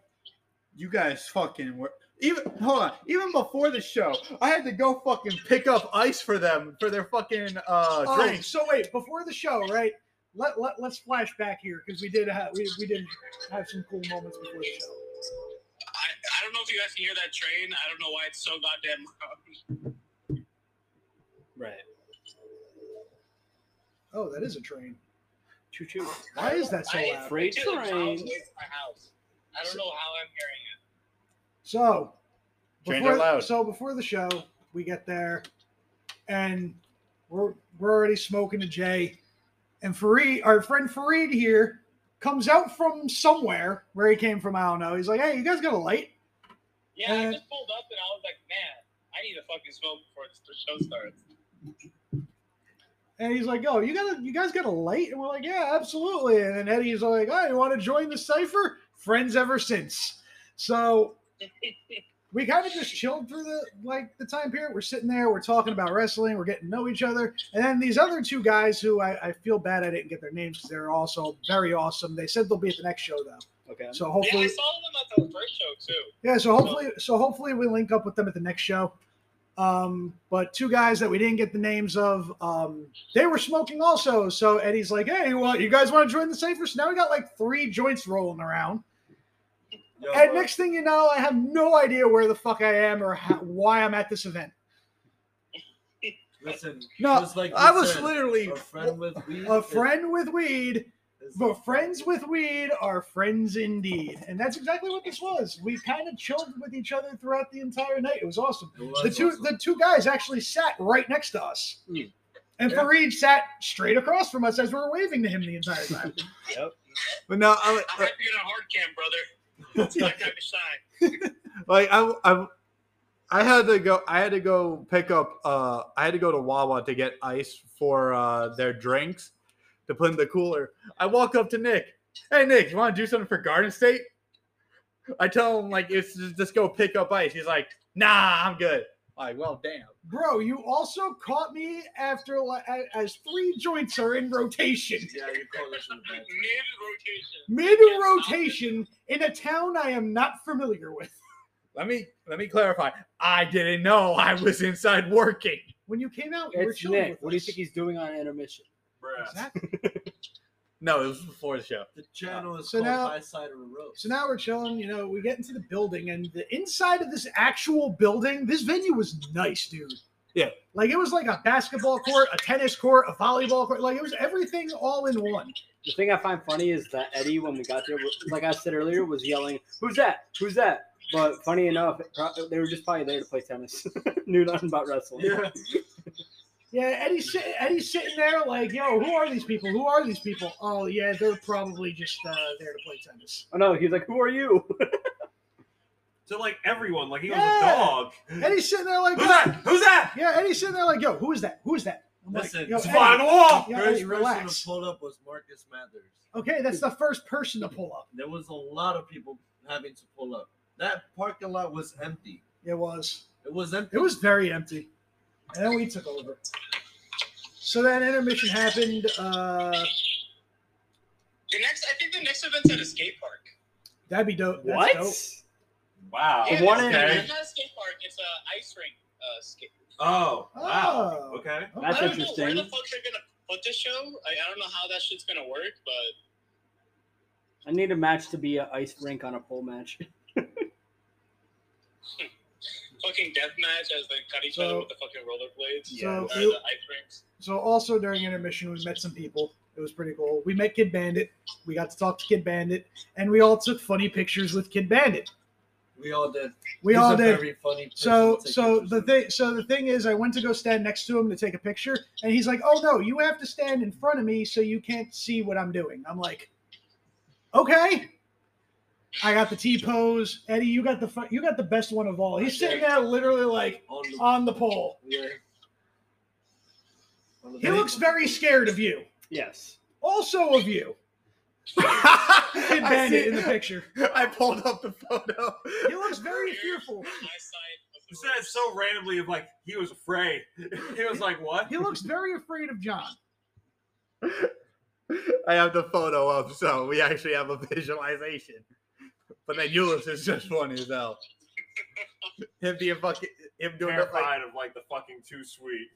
S6: You guys fucking were even hold on. Even before the show, I had to go fucking pick up ice for them for their fucking uh
S1: Oh,
S6: drinks.
S1: so wait, before the show, right? Let let us flash back here because we did have we, we did have some cool moments before the show.
S4: I, I don't know if you guys can hear that train. I don't know why it's so goddamn loud.
S2: Right.
S1: Oh, that is a train.
S2: Choo choo.
S1: Why is that so
S4: I-
S1: loud?
S2: Freight
S4: Dude, the sound's
S2: train.
S4: way from my house. I don't know how I'm hearing it.
S1: So
S6: Trains
S1: before
S6: are loud.
S1: so before the show, we get there, and we're we're already smoking a J, and Fareed, our friend Fareed here, comes out from somewhere where he came from. I don't know. He's like, "Hey, you guys got a light?"
S4: Yeah,
S1: Uh,
S4: I just pulled up and I was like, man, I need to fucking smoke before the show starts.
S1: And he's like, "Oh, you got a, you guys got a light?" And we're like, "Yeah, absolutely." And then Eddie's like, "Oh, you want to join the cipher?" Friends ever since. So we kind of just chilled through the like the time period. We're sitting there, we're talking about wrestling, we're getting to know each other, and then these other two guys who I, I feel bad I didn't get their names because they're also very awesome. They said they'll be at the next show though,
S2: Okay.
S1: so
S4: Yeah, I
S1: hopefully,
S4: saw them at the first show too.
S1: yeah, so hopefully, so hopefully we link up with them at the next show. Um, but two guys that we didn't get the names of, um, they were smoking also. So Eddie's like, "Hey, well, you guys want to join the safers?" Now we got like three joints rolling around.
S3: Yo,
S1: and
S3: bro.
S1: next thing you know, I have no idea where the fuck I am or how, why I'm at this event.
S5: Listen,
S1: No,
S5: just like
S6: I
S5: you
S6: was
S5: said,
S6: literally
S5: a friend with weed
S1: A
S5: is-
S1: friend with weed,
S5: is-
S1: but friends with weed are friends indeed, and that's exactly what this was. We kind of chilled with each other throughout the entire night. It was awesome.
S5: It was
S1: the two
S5: awesome.
S1: the two guys actually sat right next to us.
S2: Mm.
S1: And
S6: Yeah.
S1: Fareed sat straight across from us as we were waving to him the entire time.
S6: but no, I,
S4: I might be in a hard cam, brother. It's my type of shine.
S6: like I, I I had to go I had to go pick up uh I had to go to Wawa to get ice for uh their drinks to put in the cooler. I walk up to Nick. Hey Nick, you want to do something for Garden State? I tell him like it's just, just go pick up ice. He's like, nah, I'm good. Like, well, damn.
S1: Bro, you also caught me after like, as three joints are in rotation.
S6: Yeah, you call this one
S4: Mid rotation.
S1: Mid rotation in a town I am not familiar with.
S6: Let me let me clarify. I didn't know I was inside working.
S1: When you came out, you were
S2: It's
S1: chilling
S2: Nick.
S1: with
S2: What do you
S1: us.
S2: think he's doing on intermission?
S3: Bruh.
S1: Exactly.
S6: No, it was before the show.
S5: The channel is
S1: So
S5: called
S1: now-
S5: High Side of a Rope.
S1: So now we're chilling. You know, we get into the building, and the inside of this actual building, this venue was nice, dude.
S6: Yeah.
S1: Like it was like a basketball court, a tennis court, a volleyball court. Like it was everything all in one.
S2: The thing I find funny is that Eddie, when we got there, was- like I said earlier, was yelling, "Who's that? Who's that?" But funny enough, it pro- they were just probably there to play tennis, knew nothing about wrestling.
S5: Yeah.
S1: Yeah, Eddie's, sit- Eddie's sitting there like, yo, who are these people? Who are these people? Oh, yeah, they're probably just uh, there to play tennis.
S2: Oh no, he's like, "Who are you?"
S3: To like everyone, like he
S1: Yeah.
S3: was a dog.
S1: Eddie's sitting there like,
S3: Who's that? Who's that?
S1: yeah, Eddie's sitting there like, yo, who is that? Who is that? I'm
S5: Listen,
S1: yo,
S5: it's
S1: Eddie,
S3: Fly on the wall.
S1: yeah,
S5: First
S1: Eddie,
S5: person to
S1: relax.
S5: pull up was Marcus Mathers.
S1: Okay, that's the first person to pull up.
S5: There was a lot of people having to pull up. That parking lot was empty.
S1: It was.
S5: It was empty.
S1: It was very empty. And then we took over. So then intermission happened. Uh,
S4: The next, I think the next event's at a skate park.
S1: that'd be dope. That's
S2: what?
S1: dope.
S3: Wow.
S2: Yeah,
S4: one
S2: Uh, one in-
S3: okay.
S4: It's not a skate park. It's a ice rink. Uh, skate.
S3: Oh. Wow.
S1: Oh.
S3: Okay.
S1: Okay.
S4: I don't know
S2: That's
S4: where the
S2: interesting.
S4: fuck they're gonna put this show. I, I don't know how that shit's gonna work, but
S2: I need a match to be an ice rink on a pole match.
S4: fucking deathmatch as they cut each
S1: So-
S4: other with the fucking rollerblades.
S1: So
S4: Or
S1: it-
S4: the ice rinks.
S1: So also during intermission, we met some people. It was pretty cool. We met Kid Bandit. We got to talk to Kid Bandit, and we all took funny pictures with Kid Bandit.
S5: we all did.
S1: We
S5: He's
S1: all
S5: a
S1: did.
S5: Very funny. person to
S1: So
S5: take
S1: so
S5: pictures
S1: the
S5: of.
S1: thing so the thing is, I went to go stand next to him to take a picture, and he's like, "Oh no, you have to stand in front of me so you can't see what I'm doing." I'm like, "Okay." I got the T pose, Eddie. You got the fu- you got the best one of all. He's sitting there, literally like
S5: on the,
S1: on the pole.
S5: yeah. On the
S1: He looks very scared of you,
S2: Yes.
S1: also of you. Kid
S6: I,
S1: Bandit
S6: see-
S1: in the picture.
S6: I pulled up the photo.
S1: He looks very fearful.
S4: My side of the
S3: You said it so randomly of like he was afraid. He was like, what?
S1: He looks very afraid of John.
S6: I have the photo up, so we actually have a visualization. But then Ulysses is just funny as hell. Him being fucking, him doing the like,
S3: Terrified of like the fucking too sweet.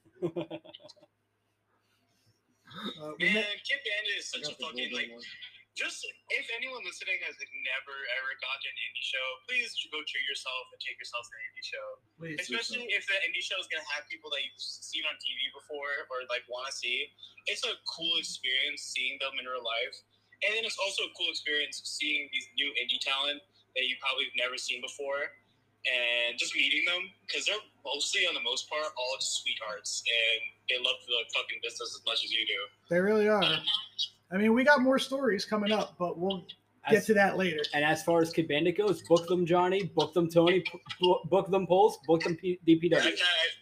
S1: Uh,
S4: road.
S1: we
S4: Man,
S1: met,
S4: Kid Bandit is
S5: I
S4: such a
S5: got the
S4: fucking
S5: golden
S4: like.
S5: one.
S4: Just if anyone listening has never ever gotten an indie show, please go treat yourself and take yourself to an indie show.
S5: Please do
S4: Especially if that indie show is gonna have people that you've seen on TV before or like want to see. It's a cool experience seeing them in real life, and then it's also a cool experience seeing these new indie talent that you probably have never seen before, and just meeting them because they're mostly, on the most part, all just sweethearts and they love the fucking business as much as you do.
S1: they really are. I mean, we got more stories coming up, but we'll get
S2: As-
S1: to that later.
S2: and as far as Kid Bandit goes, book them Johnny, book them Tony, p- bo- book them Poles, book them P-
S4: I've,
S2: DPW.
S4: I've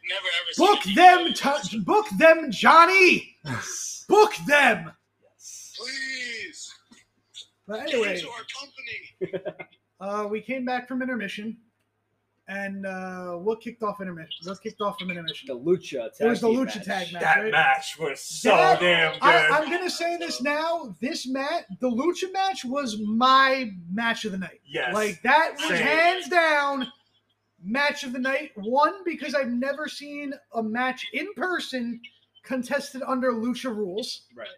S4: never ever seen
S1: Book
S4: an indie
S1: them,
S4: show.
S1: t- book them, Johnny. Book them.
S4: Please.
S1: But
S4: get
S1: anyway,
S4: into our company.
S1: uh, we came back from intermission, and uh, what kicked off intermission? What kicked off from
S2: The
S1: intermission?
S2: Lucha tag.
S1: It was the
S2: team
S1: Lucha
S2: match.
S1: tag match.
S3: That
S1: right?
S3: match was so
S1: That-
S3: damn good.
S1: I, I'm gonna say this now. This match, the Lucha match, was my match of the night.
S3: yes.
S1: Like that was
S3: Same.
S1: hands down match of the night. One because I've never seen a match in person contested under lucha rules.
S2: Right.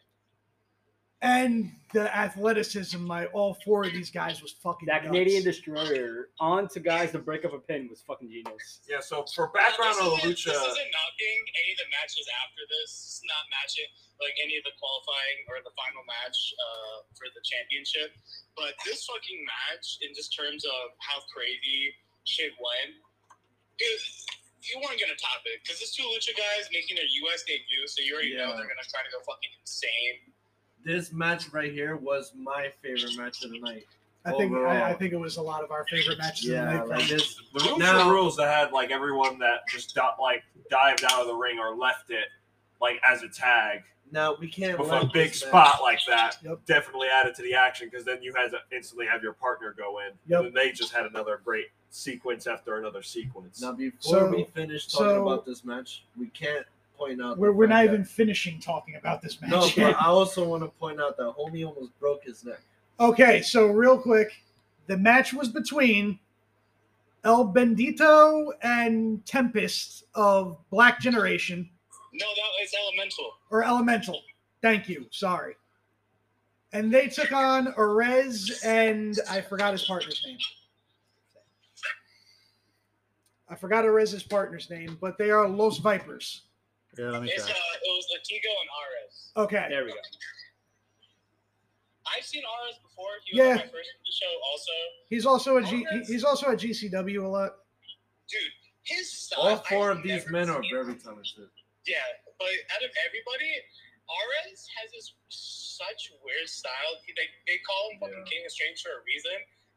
S1: And the athleticism by all four of these guys was fucking
S2: That
S1: nuts.
S2: Canadian destroyer on to guys to break up a pin was fucking genius.
S3: yeah, so for background
S4: This
S3: on the
S4: isn't- This
S3: Lucha,
S4: isn't knocking any of the matches after this. This is not matching like any of the qualifying or the final match uh, for the championship. But this fucking match, in just terms of how crazy shit went, is you weren't gonna top it because it's two lucha guys making their U.S. debut, so you already know
S5: Yeah.
S4: they're gonna try to go fucking insane.
S5: This match right here was my favorite match of the night.
S1: I think I, I
S5: overall.
S1: think it was a lot of our favorite matches
S5: Yeah,
S1: of the night.
S5: like this.
S3: the Lucha
S5: Now-
S3: rules that had like everyone that just got like dived out of the ring or left it, like as a tag
S5: No, we can't.
S3: with
S5: let
S3: a big
S5: this
S3: spot
S5: match-
S3: like that.
S1: Yep.
S3: Definitely added to the action because then you had to instantly have your partner go in.
S1: Yep.
S3: And then they just had another great sequence after another sequence.
S5: Now, before
S1: So-
S5: we finish talking
S1: so-
S5: about this match, we can't point out. the
S1: We're, we're not
S5: fact
S1: even finishing talking about this
S5: that-
S1: match.
S5: No,
S1: yet.
S5: but I also want to point out that homie almost broke his neck.
S1: Okay, so real quick, the match was between El Bendito and Tempest of Black Generation
S4: No, that it's elemental.
S1: or Elemental. Thank you. Sorry. And they took on Arez and I forgot his partner's name. I forgot Arez's partner's name, but they are Los Vipers.
S6: Here, let me
S4: It's uh,
S6: try.
S4: it was Latigo and Ares.
S1: Okay.
S2: There we go.
S4: I've seen Ares before. He was on
S1: Yeah.
S4: my first TV show also.
S1: He's also a G, he- he's also a GCW a lot.
S4: Dude, his stuff.
S5: All four of
S4: I've
S5: these
S4: never
S5: men are
S4: seen.
S5: very talented.
S4: Yeah, but out of everybody, Ares has this such weird style. He, they, they call him fucking
S5: Yeah.
S4: King of Strings for a reason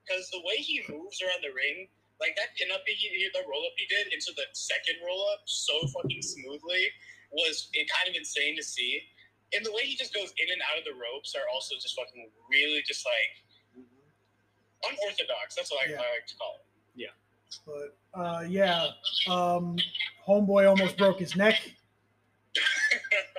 S4: because the way he moves around the ring, like that pinup he, he the roll up he did into the second roll up so fucking smoothly was it kind of insane to see. And the way he just goes in and out of the ropes are also just fucking really just like unorthodox. That's what I,
S1: Yeah.
S4: I like to call it.
S1: But uh, yeah, um, homeboy almost broke his neck.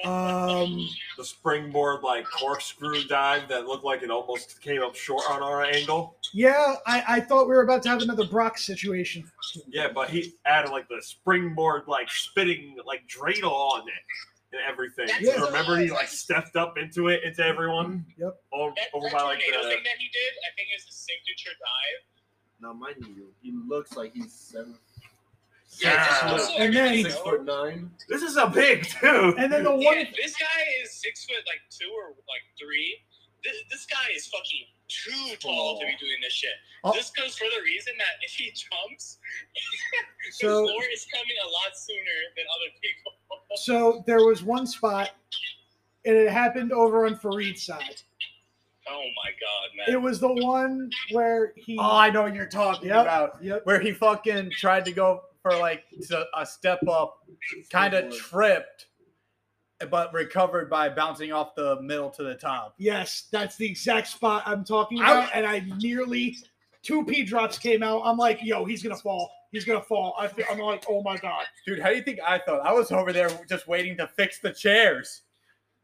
S1: Um,
S3: the springboard like corkscrew dive that looked like it almost came up short on our angle.
S1: yeah, I, I thought we were about to have another Brock situation.
S3: Yeah, but he added like the springboard like spitting like dreidel on it and everything.
S4: That's
S1: Yeah.
S3: Remember he like stepped up into it into everyone.
S1: Mm-hmm. Yep.
S3: Over,
S4: That,
S3: over
S4: that
S3: by like
S4: tornado
S3: the
S4: thing that he did, I think, is his signature dive.
S5: Now, mind you, he looks like he's seven,
S3: Yeah.
S4: Also,
S1: And then-
S4: everything
S5: six
S4: else-
S5: foot nine.
S3: This is a big dude.
S1: And then the
S4: Yeah,
S1: one,
S4: this guy is six foot like two or like three. This, this guy is fucking too tall to be doing this shit.
S1: Oh.
S4: This goes for the reason that if he jumps, his
S1: so
S4: lore is coming a lot sooner than other people.
S1: so there was one spot, and it happened over on Farid's side.
S4: Oh my god, man!
S1: It was the one where he.
S6: Oh, I know what you're talking
S1: Yep.
S6: about.
S1: Yep.
S6: Where he fucking tried to go for like to a step up, kind of tripped, but recovered by bouncing off the middle to the top.
S1: Yes, that's the exact spot I'm talking
S6: I-
S1: about, and I nearly two P drops came out. I'm like, yo, he's gonna fall. He's gonna fall. I feel, I'm like, oh my god.
S6: Dude, how do you think I felt? I was over there just waiting to fix the chairs.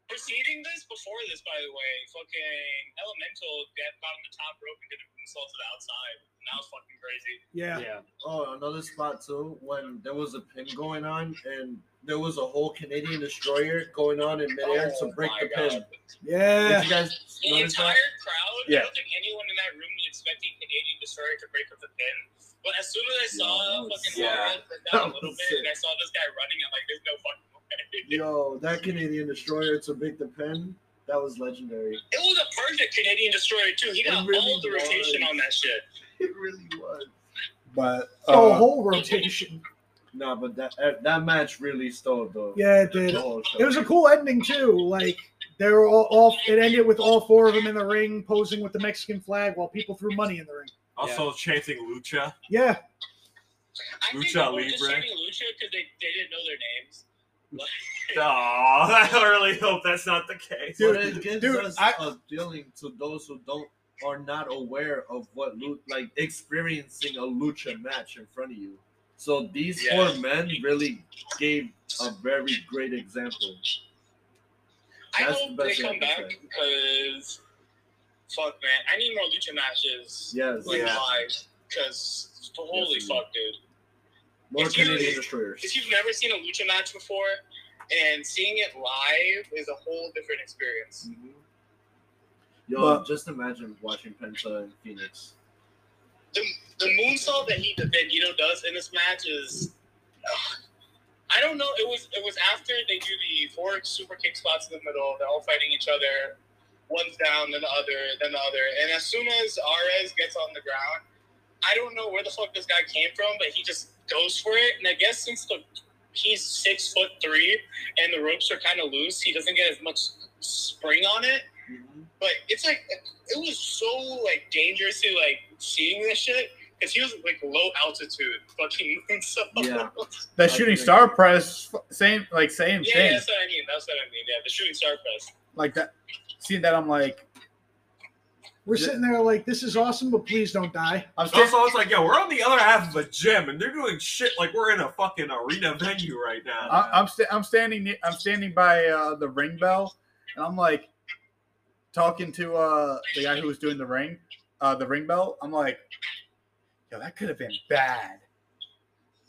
S4: Preceding this, before this, by the way, fucking elemental got got on the top rope and did an insult to the outside. And that was fucking crazy.
S1: Yeah.
S2: Yeah.
S5: Oh, another spot too when there was a pin going on and there was a whole Canadian destroyer going on in midair
S4: Oh
S5: to break the
S4: my
S5: pin.
S4: God.
S5: Did
S1: Yeah.
S5: you guys
S4: The
S5: notice that?
S4: entire crowd,
S6: Yeah.
S4: I don't think anyone in that room was expecting Canadian Destroyer to break up the pin. But as soon as I
S5: Yeah,
S4: saw
S5: that was
S4: fucking
S3: sick.
S4: Laura break down a
S5: That
S4: little
S5: was
S4: bit
S5: sick.
S4: and I saw this guy running, I'm like, there's no fucking way.
S5: Yo, that Canadian destroyer to break the pin, that was legendary.
S4: It was a perfect Canadian Destroyer, too. He
S5: It
S4: got
S5: really
S4: all the rotation
S5: was.
S4: on that shit.
S5: It really was.
S6: But
S1: Oh,
S6: uh,
S1: whole rotation.
S5: Nah, but that that- that match really stole though.
S1: Yeah, it did.
S5: The whole show.
S1: It was a cool ending too. Like they were all, all it ended with all four of them in the ring posing with the Mexican flag while people threw money in the ring.
S3: Also chanting lucha.
S1: Yeah,
S4: I think
S3: Lucha
S4: people were just
S3: Libre.
S4: shouting Lucha because they, they didn't know their names.
S3: Aw, I really hope that's not the case.
S5: But it gives
S6: dude,
S5: us
S6: I-
S5: a feeling to those who don't are not aware of what lu- like experiencing a lucha match in front of you. So these
S4: Yeah.
S5: four men really gave a very great example.
S4: I
S5: That's
S4: hope
S5: the
S4: they
S5: best
S4: come
S5: thing I
S4: back
S5: can say.
S4: because, fuck, man. I need more Lucha matches.
S5: Yes,
S4: Like,
S3: Yeah.
S4: live. Because, holy
S5: Yes, we
S4: fuck, dude.
S5: more
S4: If you-
S5: Canadian
S4: if
S5: destroyers.
S4: you've never seen a lucha match before, and seeing it live is a whole different experience.
S5: Mhm. Yo,
S6: But-
S5: just imagine watching Penta and Phoenix.
S4: The moonsault that he that Guido does in this match is, ugh. I don't know. It was it was after they do the four super kick spots in the middle. They're all fighting each other. One's down, then the other, then the other. And as soon as Ares gets on the ground, I don't know where the fuck this guy came from, but he just goes for it. And I guess since the he's six foot three and the ropes are kind of loose, he doesn't get as much spring on it.
S5: Mhm.
S4: But it's like it was so like dangerous to like seeing this shit 'cause because he was like low altitude fucking so
S5: Yeah.
S6: That shooting star press, same like same
S4: yeah, yeah,
S6: thing.
S4: that's what I mean. That's what I mean. Yeah, the shooting star press.
S6: Like that, seeing that I'm like
S1: We're
S6: Yeah.
S1: sitting there like, this is awesome, but please don't die.
S6: I'm
S3: So
S6: sta-
S3: also, it's like, yo, we're on the other half of a gym, and they're doing shit like we're in a fucking arena venue right
S1: Uh,
S3: now.
S6: I- I'm sta- I'm standing ne- I'm standing by uh, the ring bell, and I'm like talking to uh, the guy who was doing the ring, uh, the ring bell. I'm like, yo, that could have been bad.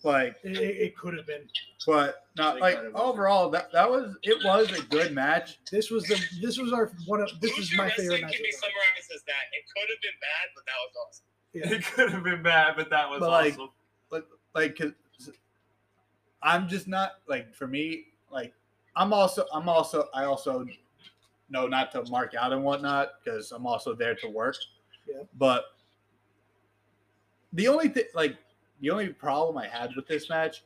S6: Like,
S1: It, it- it could have been.
S6: but not like overall that that was it was a good match.
S1: This was the. This was our one of. This is
S4: Lucha
S1: my favorite
S4: wrestling
S1: match.
S4: can be summarized as that. It could have been bad, but that was awesome.
S1: Yeah.
S3: It could have been bad, but that was
S6: But, like,
S3: awesome.
S6: But like, i I'm just not like for me like I'm also I'm also I also know not to mark out and whatnot because I'm also there to work.
S1: Yeah.
S6: But the only thing like the only problem I had with this match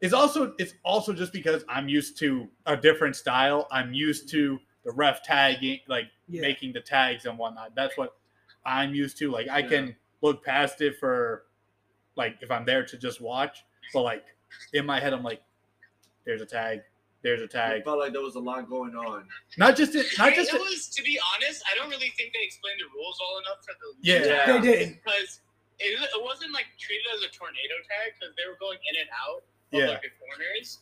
S6: is also it's also just because I'm used to a different style. I'm used to the ref tagging like
S1: Yeah.
S6: making the tags and whatnot. That's what I'm used to. Like I
S5: Yeah.
S6: can look past it for like if I'm there to just watch. But like in my head, I'm like, there's a tag, there's a
S5: I
S6: tag.
S5: felt like there was a lot going on.
S6: Not just it, not just
S4: it
S6: it.
S4: was to be honest, I don't really think they explained the rules well enough for the
S6: Yeah.
S1: They did.
S4: because it, it wasn't like treated as a tornado tag because they were going in and out of
S6: Yeah.
S4: like the corners.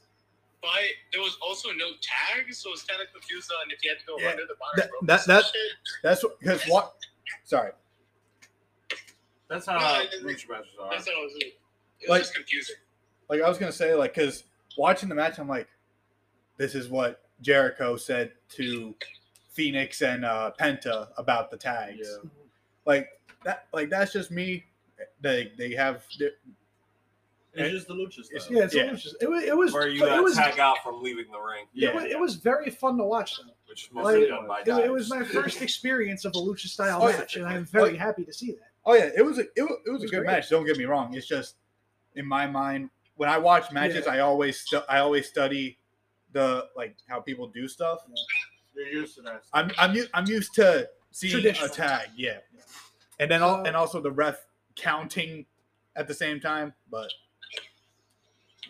S4: But there was also no tag, so it was kind of confused on if you had to go
S6: Yeah.
S4: under the bottom
S6: That-
S4: rope. or
S6: that-
S4: some
S6: that-
S4: shit.
S6: That's what because what. Sorry,
S3: That's how
S4: No, it-
S3: lucha matches are.
S4: That's what I was. It was
S6: Like-
S4: just confusing.
S6: like I was gonna say, like because watching the match, I'm like, this is what Jericho said to Phoenix and uh, Penta about the tags.
S5: Yeah.
S6: Like that, like that's just me. They they have
S5: It's just the lucha
S6: It's-
S5: stuff.
S1: Yeah, it's
S6: Yeah. uh,
S1: delicious. It was. It was.
S3: Where you
S1: it
S3: got
S1: was.
S3: tag out from leaving the ring,
S6: yeah.
S1: It was, it was very fun to watch, though.
S3: which is mostly
S1: Like,
S3: done by
S1: It,
S3: guys.
S1: it was my first experience of a lucha style
S6: Oh, yeah.
S1: match, and I'm very happy to see that.
S6: Oh yeah, it was a it, wa- it was a
S1: was
S6: good
S1: great.
S6: match. Don't get me wrong. It's just in my mind when I watch matches,
S1: Yeah.
S6: I always stu- I always study the like how people do stuff.
S5: You're used to that.
S6: I'm I'm u- I'm used to seeing a
S1: Traditional.
S6: tag, yeah, and then all
S1: So-
S6: and also the ref counting at the same time. But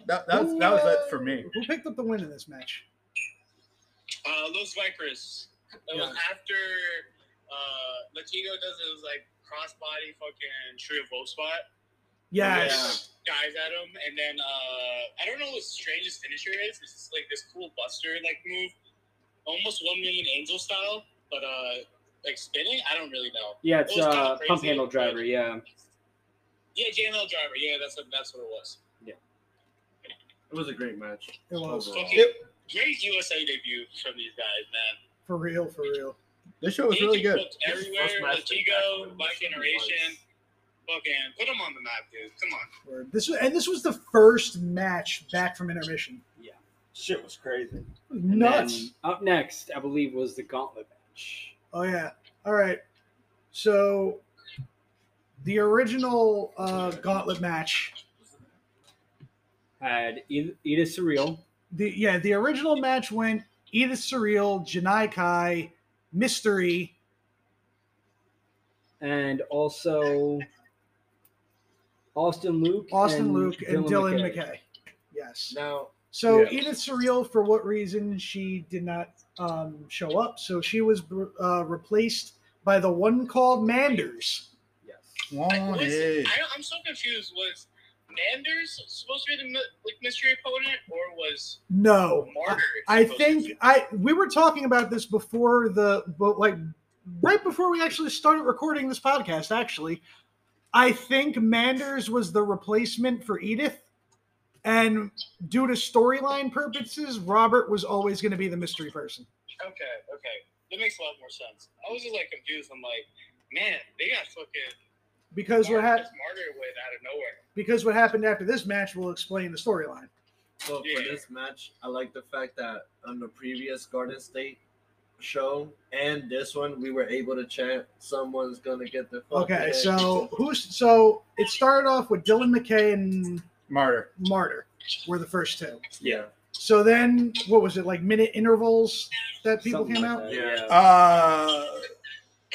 S6: that that was, that was it for me.
S1: Who picked up the win in this match?
S4: Uh, Los Vipers. That was after uh, Latino does his like crossbody fucking tree of wolf spot.
S1: Yes.
S4: Dives at him, and then uh, I don't know what his strangest finisher is. It's just, like this cool Buster like move, almost one million angel style, but uh, like spinning. I don't really know.
S2: Yeah, it's
S4: It was kinda
S2: uh, pump
S4: crazy.
S2: handle driver. Yeah,
S4: Yeah, JML driver. Yeah, that's what that's what it was.
S5: It was a great match.
S1: It was
S5: Overall.
S4: Fucking great USA debut from these guys, man.
S1: for real, for real.
S6: This show was
S4: They
S6: really
S4: get
S6: good.
S4: booked Everywhere,
S3: First match they got
S4: Latigo,
S3: from
S4: my
S3: Lucha
S4: generation.
S3: was-
S4: Fucking put them on the map, dude. Come on.
S1: Word. This was, and this was the first match back from intermission.
S3: Shit was crazy.
S2: And
S1: Nuts.
S2: then Up next, I believe, was the gauntlet match.
S1: Oh yeah. All right. So the original uh, gauntlet match.
S2: Had E- Ida Surreal,
S1: The yeah, the original match went Edith Surreal, Janai Kai, Mystery,
S2: and also Austin Luke,
S1: Austin Luke, and Dylan
S2: McKay.
S1: McKay. Yes.
S5: Now,
S1: So
S6: Yeah.
S1: Edith Surreal, for what reason she did not um, show up? So she was uh, replaced by the one called Manders.
S2: Yes.
S6: Wanted.
S4: I don't, I'm so confused. Was Manders supposed to be the mi- like mystery opponent, or was
S6: Oh,
S1: No,
S4: Martyr?
S1: I
S4: supposed to
S1: think
S4: be-
S1: I we were talking about this before the but like right before we actually started recording this podcast actually. I think Manders was the replacement for Edith and due to storyline purposes Robert was always going to be the mystery person.
S4: Okay, okay, that makes a lot more sense. I was just like confused. I'm like, man, they got fucking
S1: Because what
S4: Martyr,
S1: hap-
S4: Martyr with out of nowhere.
S1: because what happened after this match will explain the storyline.
S5: so for
S4: Yeah.
S5: this match, I like the fact that on the previous Garden State show and this one, we were able to chant "Someone's gonna get the fuck
S1: Okay,
S5: head."
S1: so who's so it started off with Dylan McKay and
S6: Martyr.
S1: Martyr were the first two.
S5: yeah,
S1: So then, what was it like minute intervals that people
S2: Something
S1: came
S2: like
S1: out?
S2: that,
S3: Yeah.
S6: Uh,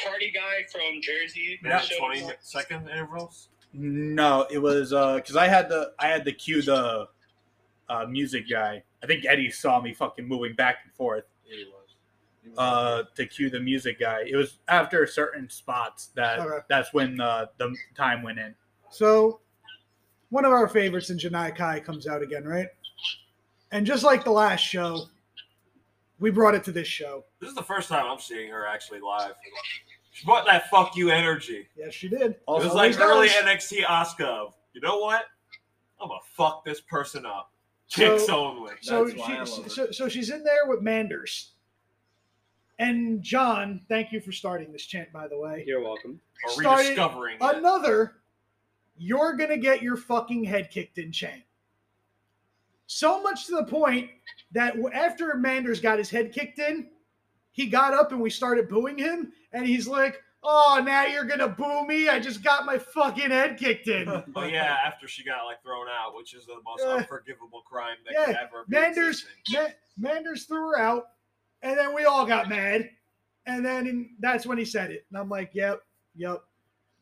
S4: Party guy from Jersey.
S3: Minute
S4: showed up.
S3: twenty second intervals.
S6: No, it was because I had the I had to cue the uh, music guy. I think Eddie saw me fucking moving back and forth
S5: He was. He was
S6: uh, to cue the music guy. It was after certain spots that
S1: Okay.
S6: that's when uh, the time went in.
S1: So, one of our favorites in Janai Kai comes out again, right? And just like the last show, we brought it to this show.
S3: This is the first time I'm seeing her actually live. She brought that fuck you energy.
S1: Yes, she did.
S3: It was
S6: Also,
S3: like
S1: there's
S3: early
S1: those.
S3: NXT Oscar of you know what? I'm gonna fuck this person up. Kicks only.
S1: So,
S5: That's why I love
S1: she,
S5: her.
S1: so, so she's in there with Manders. And John, thank you for starting this chant, by the way.
S2: You're welcome.
S3: Or
S1: started
S3: rediscovering it.
S1: another you're gonna get your fucking head kicked in chain so much to the point that w- after manders got his head kicked in he got up and we started booing him and he's like oh now you're gonna boo me i just got my fucking head kicked in
S3: Oh yeah, after she got like thrown out, which is the most
S1: Yeah.
S3: unforgivable crime that could ever be.
S1: Manders-
S3: existing.
S1: Ma- manders threw her out and then we all got mad and then that's when he said it and i'm like yep yep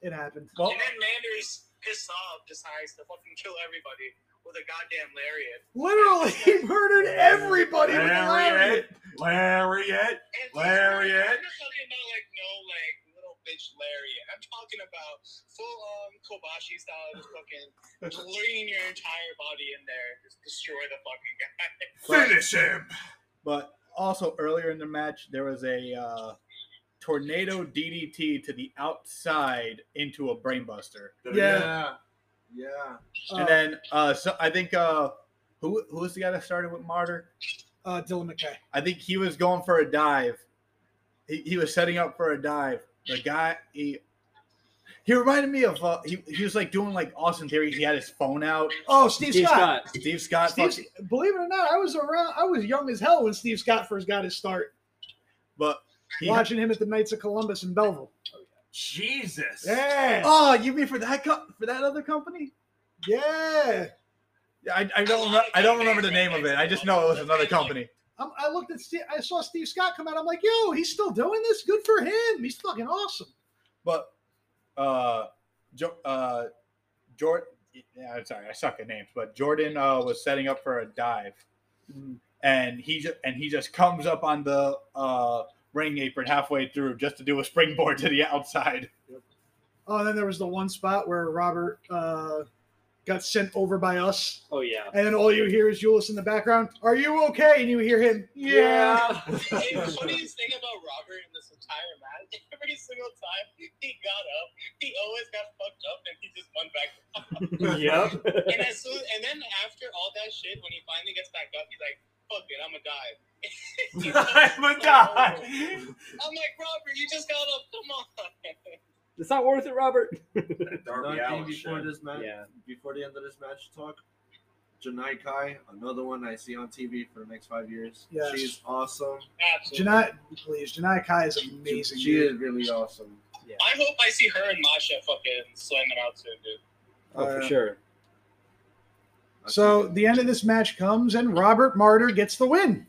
S1: it happened
S6: well,
S4: And then Manders, pissed off, decides to fucking kill everybody with a goddamn lariat.
S1: literally he murdered everybody with a lariat.
S3: Lariat, Lariat.
S4: And I'm
S3: Lariat.
S4: not talking about like no like little bitch lariat. I'm talking about full on Kobashi style, just fucking lean your entire body in there, just destroy the fucking guy.
S3: Finish him.
S6: but also earlier in the match there was a uh, tornado DDT to the outside into a brainbuster,
S1: Yeah.
S5: yeah.
S1: Uh,
S6: and then uh, so I think uh, who who was the guy that started with Martyr?
S1: uh, Dylan McKay.
S6: I think he was going for a dive. He, he was setting up for a dive. The guy he he reminded me of uh, he, he was like doing like Austin Theory. He had his phone out.
S1: Oh, Steve,
S2: Steve
S1: Scott.
S2: Scott.
S6: Steve Scott.
S1: Steve,
S6: fucking-
S1: believe it or not, I was around. I was young as hell when Steve Scott first got his start.
S6: but he,
S1: watching him at the Knights of Columbus in Belleville.
S3: Jesus.
S1: Yeah,
S6: oh, you mean for that co- for that other company?
S1: yeah.
S6: Yeah, I, I don't remember, I don't remember the name of it. I just know it was another company.
S1: I'm, I looked at. Steve, I saw Steve Scott come out. I'm like, yo, he's still doing this. Good for him. He's fucking awesome.
S6: But uh, jo- uh, Jordan. Yeah, I'm sorry, I suck at names. But Jordan uh, was setting up for a dive, and he just and he just comes up on the uh, ring apron halfway through just to do a springboard to the outside.
S1: Oh, and then there was the one spot where Robert uh, got sent over by us,
S2: Oh yeah.
S1: and then all you hear is Julius in the background. Are you okay? And you hear him. Yeah.
S4: And the funniest thing about Robert in this entire match, every single time he got up, he always got fucked up and he just went back.
S2: yep.
S4: And as soon, and then after all that shit, when he finally gets back up, he's like, "Fuck it, I'm gonna die."
S3: I'm a guy.
S4: I'm like, Robert, you just got up. Come on.
S2: It's not worth it, Robert.
S3: Darby
S5: Another thing
S3: Allin
S5: before
S3: shit.
S5: this match,
S2: Yeah.
S5: before the end of this match talk, Janai Kai, another one I see on TV for the next five years.
S1: Yes.
S5: She's awesome.
S4: Absolutely.
S1: Janai, please. Janai Kai is amazing.
S5: She,
S1: dude.
S5: is really awesome.
S4: I hope I see her and Masha fucking slamming out soon, dude.
S2: Oh,
S1: Uh,
S2: for sure.
S5: I
S1: So
S5: think-
S1: the end of this match comes, and Robert Martyr gets the win.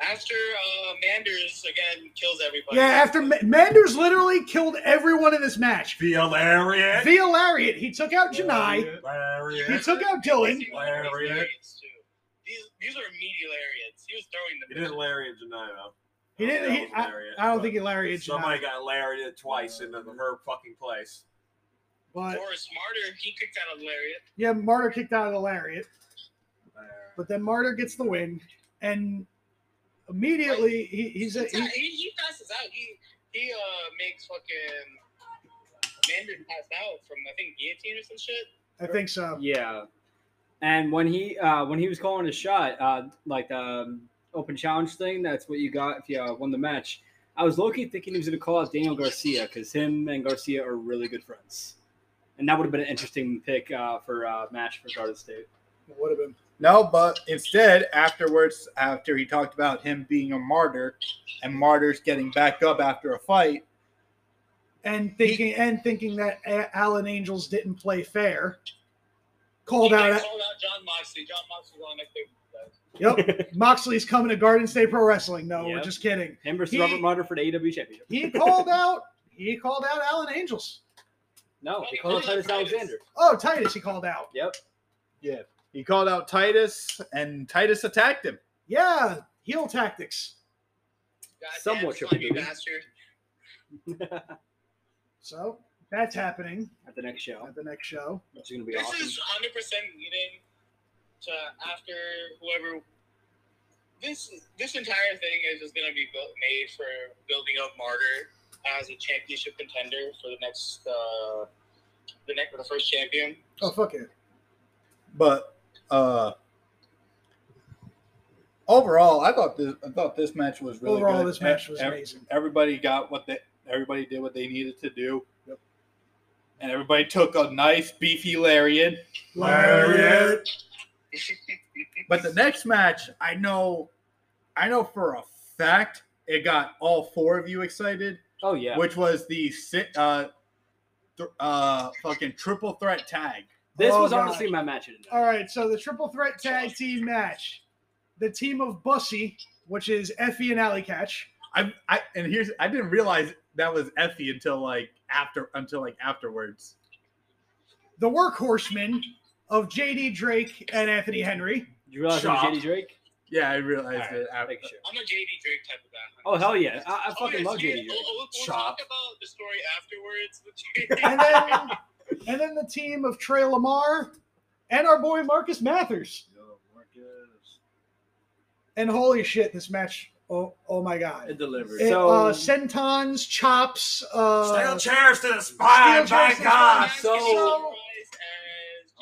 S4: After uh, Manders again kills everybody.
S1: Yeah, after Ma- Manders literally killed everyone in this match
S3: Via Lariat.
S1: via lariat. He took out Janai.
S3: Lariat.
S1: He took out Dylan.
S4: These were meaty
S3: Lariat.
S4: lariats, too. These these are meaty lariats. He was throwing
S3: He
S4: them.
S3: didn't Lariat tonight though.
S1: He didn't- he- I don't think he lariated
S3: Somebody
S1: Janai.
S3: got lariated twice in the, her fucking place.
S1: But
S4: or smarter, he kicked out a lariat.
S1: yeah, Martyr kicked out of the lariat. But then Martyr gets the win, and immediately he, he's a,
S4: he,
S1: he,
S4: he, passes out. He he uh makes fucking Manders pass out from I think guillotine or some shit.
S1: I think so.
S2: Yeah. And when he uh, when he was calling a shot, uh, like um, open challenge thing, that's what you got if you uh, won the match. I was low key thinking he was going to call out Daniel Garcia because him and Garcia are really good friends, and that would have been an interesting pick uh, for uh, match for Garden State.
S1: Would have been.
S6: No, but instead, afterwards, after he talked about him being a martyr and martyrs getting back up after a fight,
S1: And thinking and thinking that A- Alan Angels didn't play fair. Called
S4: He
S1: out.
S4: called out John Moxley. John Moxley was on next week.
S1: Yep. Moxley's coming to Garden State Pro Wrestling. No, we're
S2: Yep.
S1: just kidding.
S2: Him versus
S1: He-
S2: E Robert Martyr for the AW Championship.
S1: He called out. He called out Alan Angels.
S2: No, he called out Titus Alexander.
S1: Oh, Titus, he called out.
S6: He called out Titus, and Titus attacked him.
S1: Yeah, heel tactics.
S4: Goddamn
S2: Somewhat
S4: slimy
S2: triple duty.
S4: bastard.
S2: at
S1: So that's happening
S2: the next show,
S1: at the next show.
S2: which is gonna be
S4: This
S2: awesome.
S4: is 100 percent leading to after whoever. This this entire thing is just gonna be built, made for building up Martyr as a championship contender for the next uh, the next the first champion.
S1: Oh, fuck it.
S6: But uh overall, I thought this I thought this match was really
S1: Overall,
S6: good.
S1: this match was
S6: Ev-
S1: amazing.
S6: Everybody got what they everybody did what they needed to do.
S1: Yep.
S6: And everybody took a nice beefy lariat.
S1: Lariat.
S6: But the next match, I know I know for a fact it got all four of you excited,
S2: Oh yeah,
S6: which was the si- uh th- uh fucking triple threat tag.
S2: this
S1: Oh,
S2: was
S1: God.
S2: honestly my match of the night.
S1: All right, so the triple threat tag team match. The team of Bussy, which is Effie and Alley Catch.
S6: I, I and here's I didn't realize that was Effie until like after until like afterwards.
S1: The workhorsemen of JD Drake and Anthony Henry.
S2: Did you realize it was
S3: Shock.
S2: JD Drake?
S6: Yeah, I realized
S3: Alright,
S6: it after.
S2: Make sure.
S4: I'm a JD Drake type of guy.
S2: Oh hell yeah, I, I fucking love
S4: yeah,
S2: JD Drake.
S4: We'll, Oh, we'll, we'll talk
S3: Chop.
S4: about the story afterwards. with
S1: And then, and then the team of Trey Lamar and our boy Marcus Mathers.
S5: Yo, Marcus.
S1: And holy shit, this match. Oh, oh my God.
S5: It delivered.
S1: It,
S2: So-
S1: uh, sentons, chops.
S3: Steel
S1: Uh,
S3: chairs to the spine,
S1: steel
S3: by
S1: chairs to the
S3: God.
S1: spine.
S4: I
S2: so-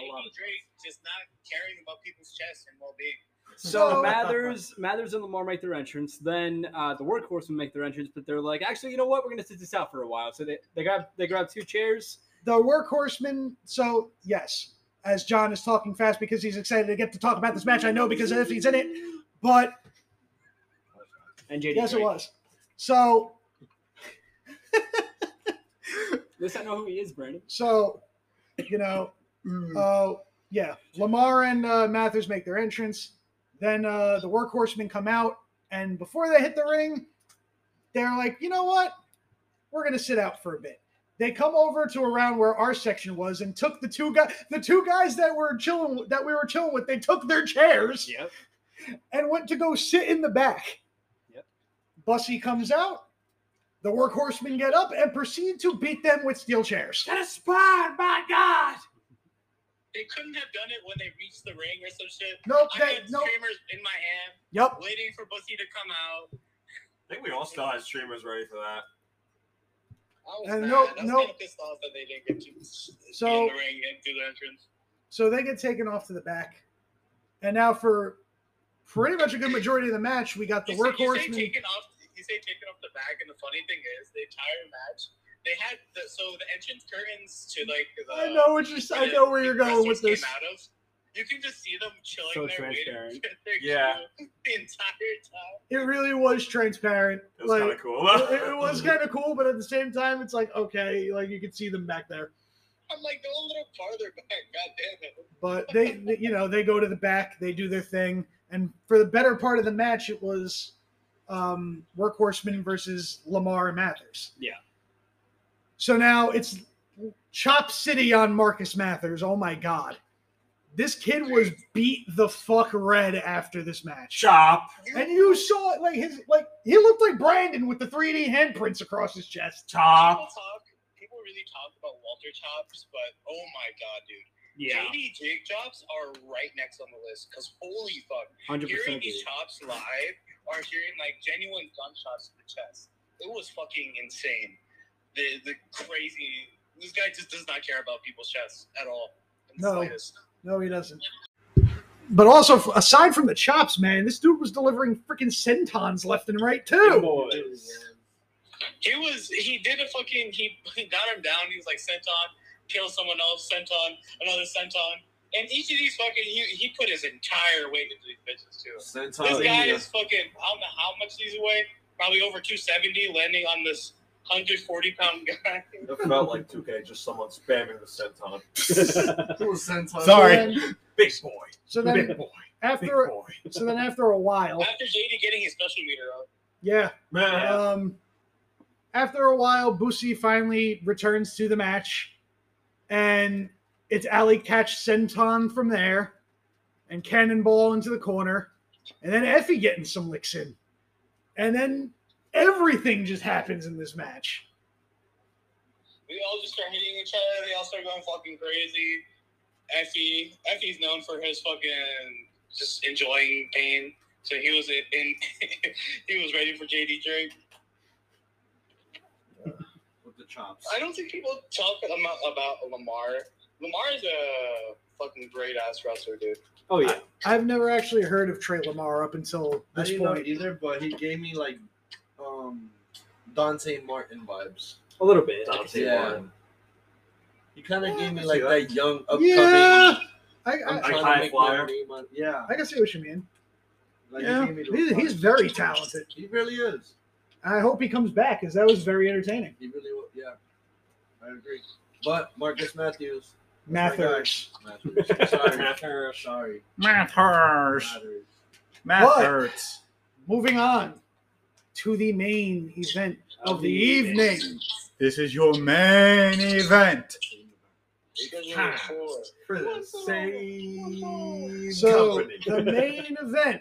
S2: I love it.
S4: Drake just not caring about people's chests and well-being.
S2: So
S1: So-
S2: Mathers, Mathers and Lamar make their entrance. Then uh, the workhorsemen make their entrance, but they're like, actually, you know what? We're gonna sit this out for a while. So they, they grab they grab two chairs.
S1: the workhorsemen. So yes, as John is talking fast because he's excited to get to talk about this match. I know because if he's in it, but
S2: And JD
S1: yes, it
S2: Drake.
S1: was. So
S2: At least I know who he is, Brandon.
S1: so, you know,
S2: Mm.
S1: oh yeah, Lamar and uh, Mathers make their entrance. Then uh, the workhorsemen come out, and before they hit the ring, they're like, you know what? We're gonna sit out for a bit. They come over to around where our section was and took the two guys, the two guys that were chilling, that we were chilling with. They took their chairs.
S2: Yep.
S1: and went to go sit in the back.
S2: Yep.
S1: Bussy comes out. The workhorsemen get up and proceed to beat them with steel chairs.
S3: To the spine, by God.
S4: They couldn't have done it when they reached the ring or some shit.
S1: Nope.
S4: I
S1: They,
S4: had
S1: nope.
S4: streamers in my hand,
S1: Yep.
S4: waiting for Bussy to come out.
S3: I think we all still had streamers ready for
S4: I
S3: that.
S4: was
S1: And
S4: mad.
S1: nope,
S4: I was
S1: nope.
S4: kinda pissed off that they didn't get to so,
S1: So-
S4: in the ring and do the entrance.
S1: So they get taken off to the back. And now for pretty much a good majority of the match, we got the
S4: you, say, you say
S1: workhorsemen.
S4: taken off. You say taken off the back, and the funny thing is, the entire match they had the, so the entrance curtains to like the.
S1: I know what you're. I know where you're going with
S4: wrestlers
S1: this.
S4: came out of, you can just see them chilling
S2: So
S4: there waiting
S2: transparent.
S4: for their
S3: Yeah.
S4: cue the entire time.
S1: It really was transparent.
S3: It was kind
S1: Like
S3: of cool.
S1: it, it was kind of cool, but at the same time, it's like okay, like you could see them back there.
S4: I'm like, go a little farther back, god damn it.
S1: but they, they- you know they go to the back they do their thing and for the better part of the match it was um workhorseman versus lamar and mathers
S2: Yeah.
S1: so now it's chop city on marcus mathers oh my god this kid was beat the fuck red after this match
S3: Chop,
S1: and you saw it like his like he looked like brandon with the 3d handprints across his chest
S2: Ah.
S3: chop.
S4: People talk. People really talk about Walter Chops, but oh my god, dude.
S2: Yeah,
S4: JD Jake Chops are right next on the list because holy fuck,
S2: hundred
S4: hearing
S2: percent.
S4: these chops live or hearing like genuine gunshots to the chest, it was fucking insane. The the crazy. This guy just does not care about people's chests at all. in the
S1: No.
S4: slightest.
S1: no he doesn't but also f- aside from the chops man this dude was delivering freaking centons left and right too
S4: He was he did a fucking he got him down. He was like senton, kill someone else, senton, another senton, and each of these fucking he, he put his entire weight into these bitches too. This guy
S5: Centauria.
S4: is fucking I don't know how much he's away, probably over two seventy, landing on this hundred forty pound guy.
S3: It felt like 2K, just someone spamming the senton.
S6: Sorry.
S3: Big boy,
S1: So then, so
S3: big
S1: then
S3: boy, big
S1: after
S3: boy.
S1: so then after a while,
S4: After JD getting his special meter up,
S1: yeah.
S3: Man,
S1: Um, after a while, Busi finally returns to the match, and it's Ali catch Senton from there, and Cannonball into the corner, and then Effie getting some licks in, and then everything just happens in this match.
S4: We all just start hitting each other. They all start going fucking crazy. Effie, Effie's known for his fucking just enjoying pain. So he was in, in he was ready for JD Drake.
S5: with the chops.
S4: I don't think people talk about, about Lamar. Lamar is a fucking great ass wrestler, dude.
S2: Oh yeah,
S1: I've never actually heard of Trey Lamar up until
S5: I
S1: this
S5: didn't know
S1: point.
S5: either, but he gave me like um Dante Martin vibes.
S2: a little bit.
S5: Dante Martin. He kind of gave me like
S3: see
S5: that young upcoming.
S1: Yeah, I,
S5: I'm
S1: I,
S5: trying
S3: high
S5: to make
S3: flyer.
S5: my name on. Yeah,
S1: I can see what you mean.
S5: like he
S6: Yeah.
S5: gave me those
S1: He's, he's
S5: vibes.
S1: very talented.
S5: He really is.
S1: I hope he comes back because that was very entertaining.
S5: He really was. Yeah, I agree. But Marcus Matthews.
S1: Mathers.
S5: Matthews. Sorry. Sorry.
S6: Math hurts.
S5: Matters.
S6: Math
S1: What?
S6: hurts.
S1: Moving on to the main event of the evening.
S6: This is your main event.
S4: Because
S1: Ha.
S4: you're four.
S6: For the same
S1: So
S6: company.
S1: the main event,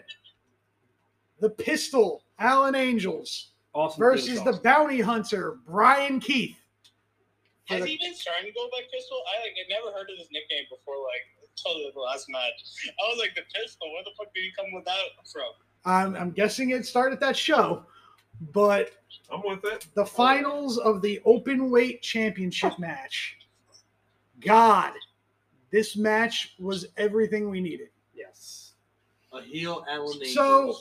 S1: the Pistol Allen Angels
S2: Awesome.
S1: versus the Bounty Hunter Brian Keith.
S4: Has he been starting to go by Pistol? I like I never heard of this nickname before, like until the last match. I was like, the Pistol. Where the fuck did he come with that from?
S1: I'm, I'm guessing it started that show, but
S3: I'm with it.
S1: the finals of the open weight championship match. God, this match was everything we needed.
S2: yes.
S5: A heel Allen Angels.
S1: So-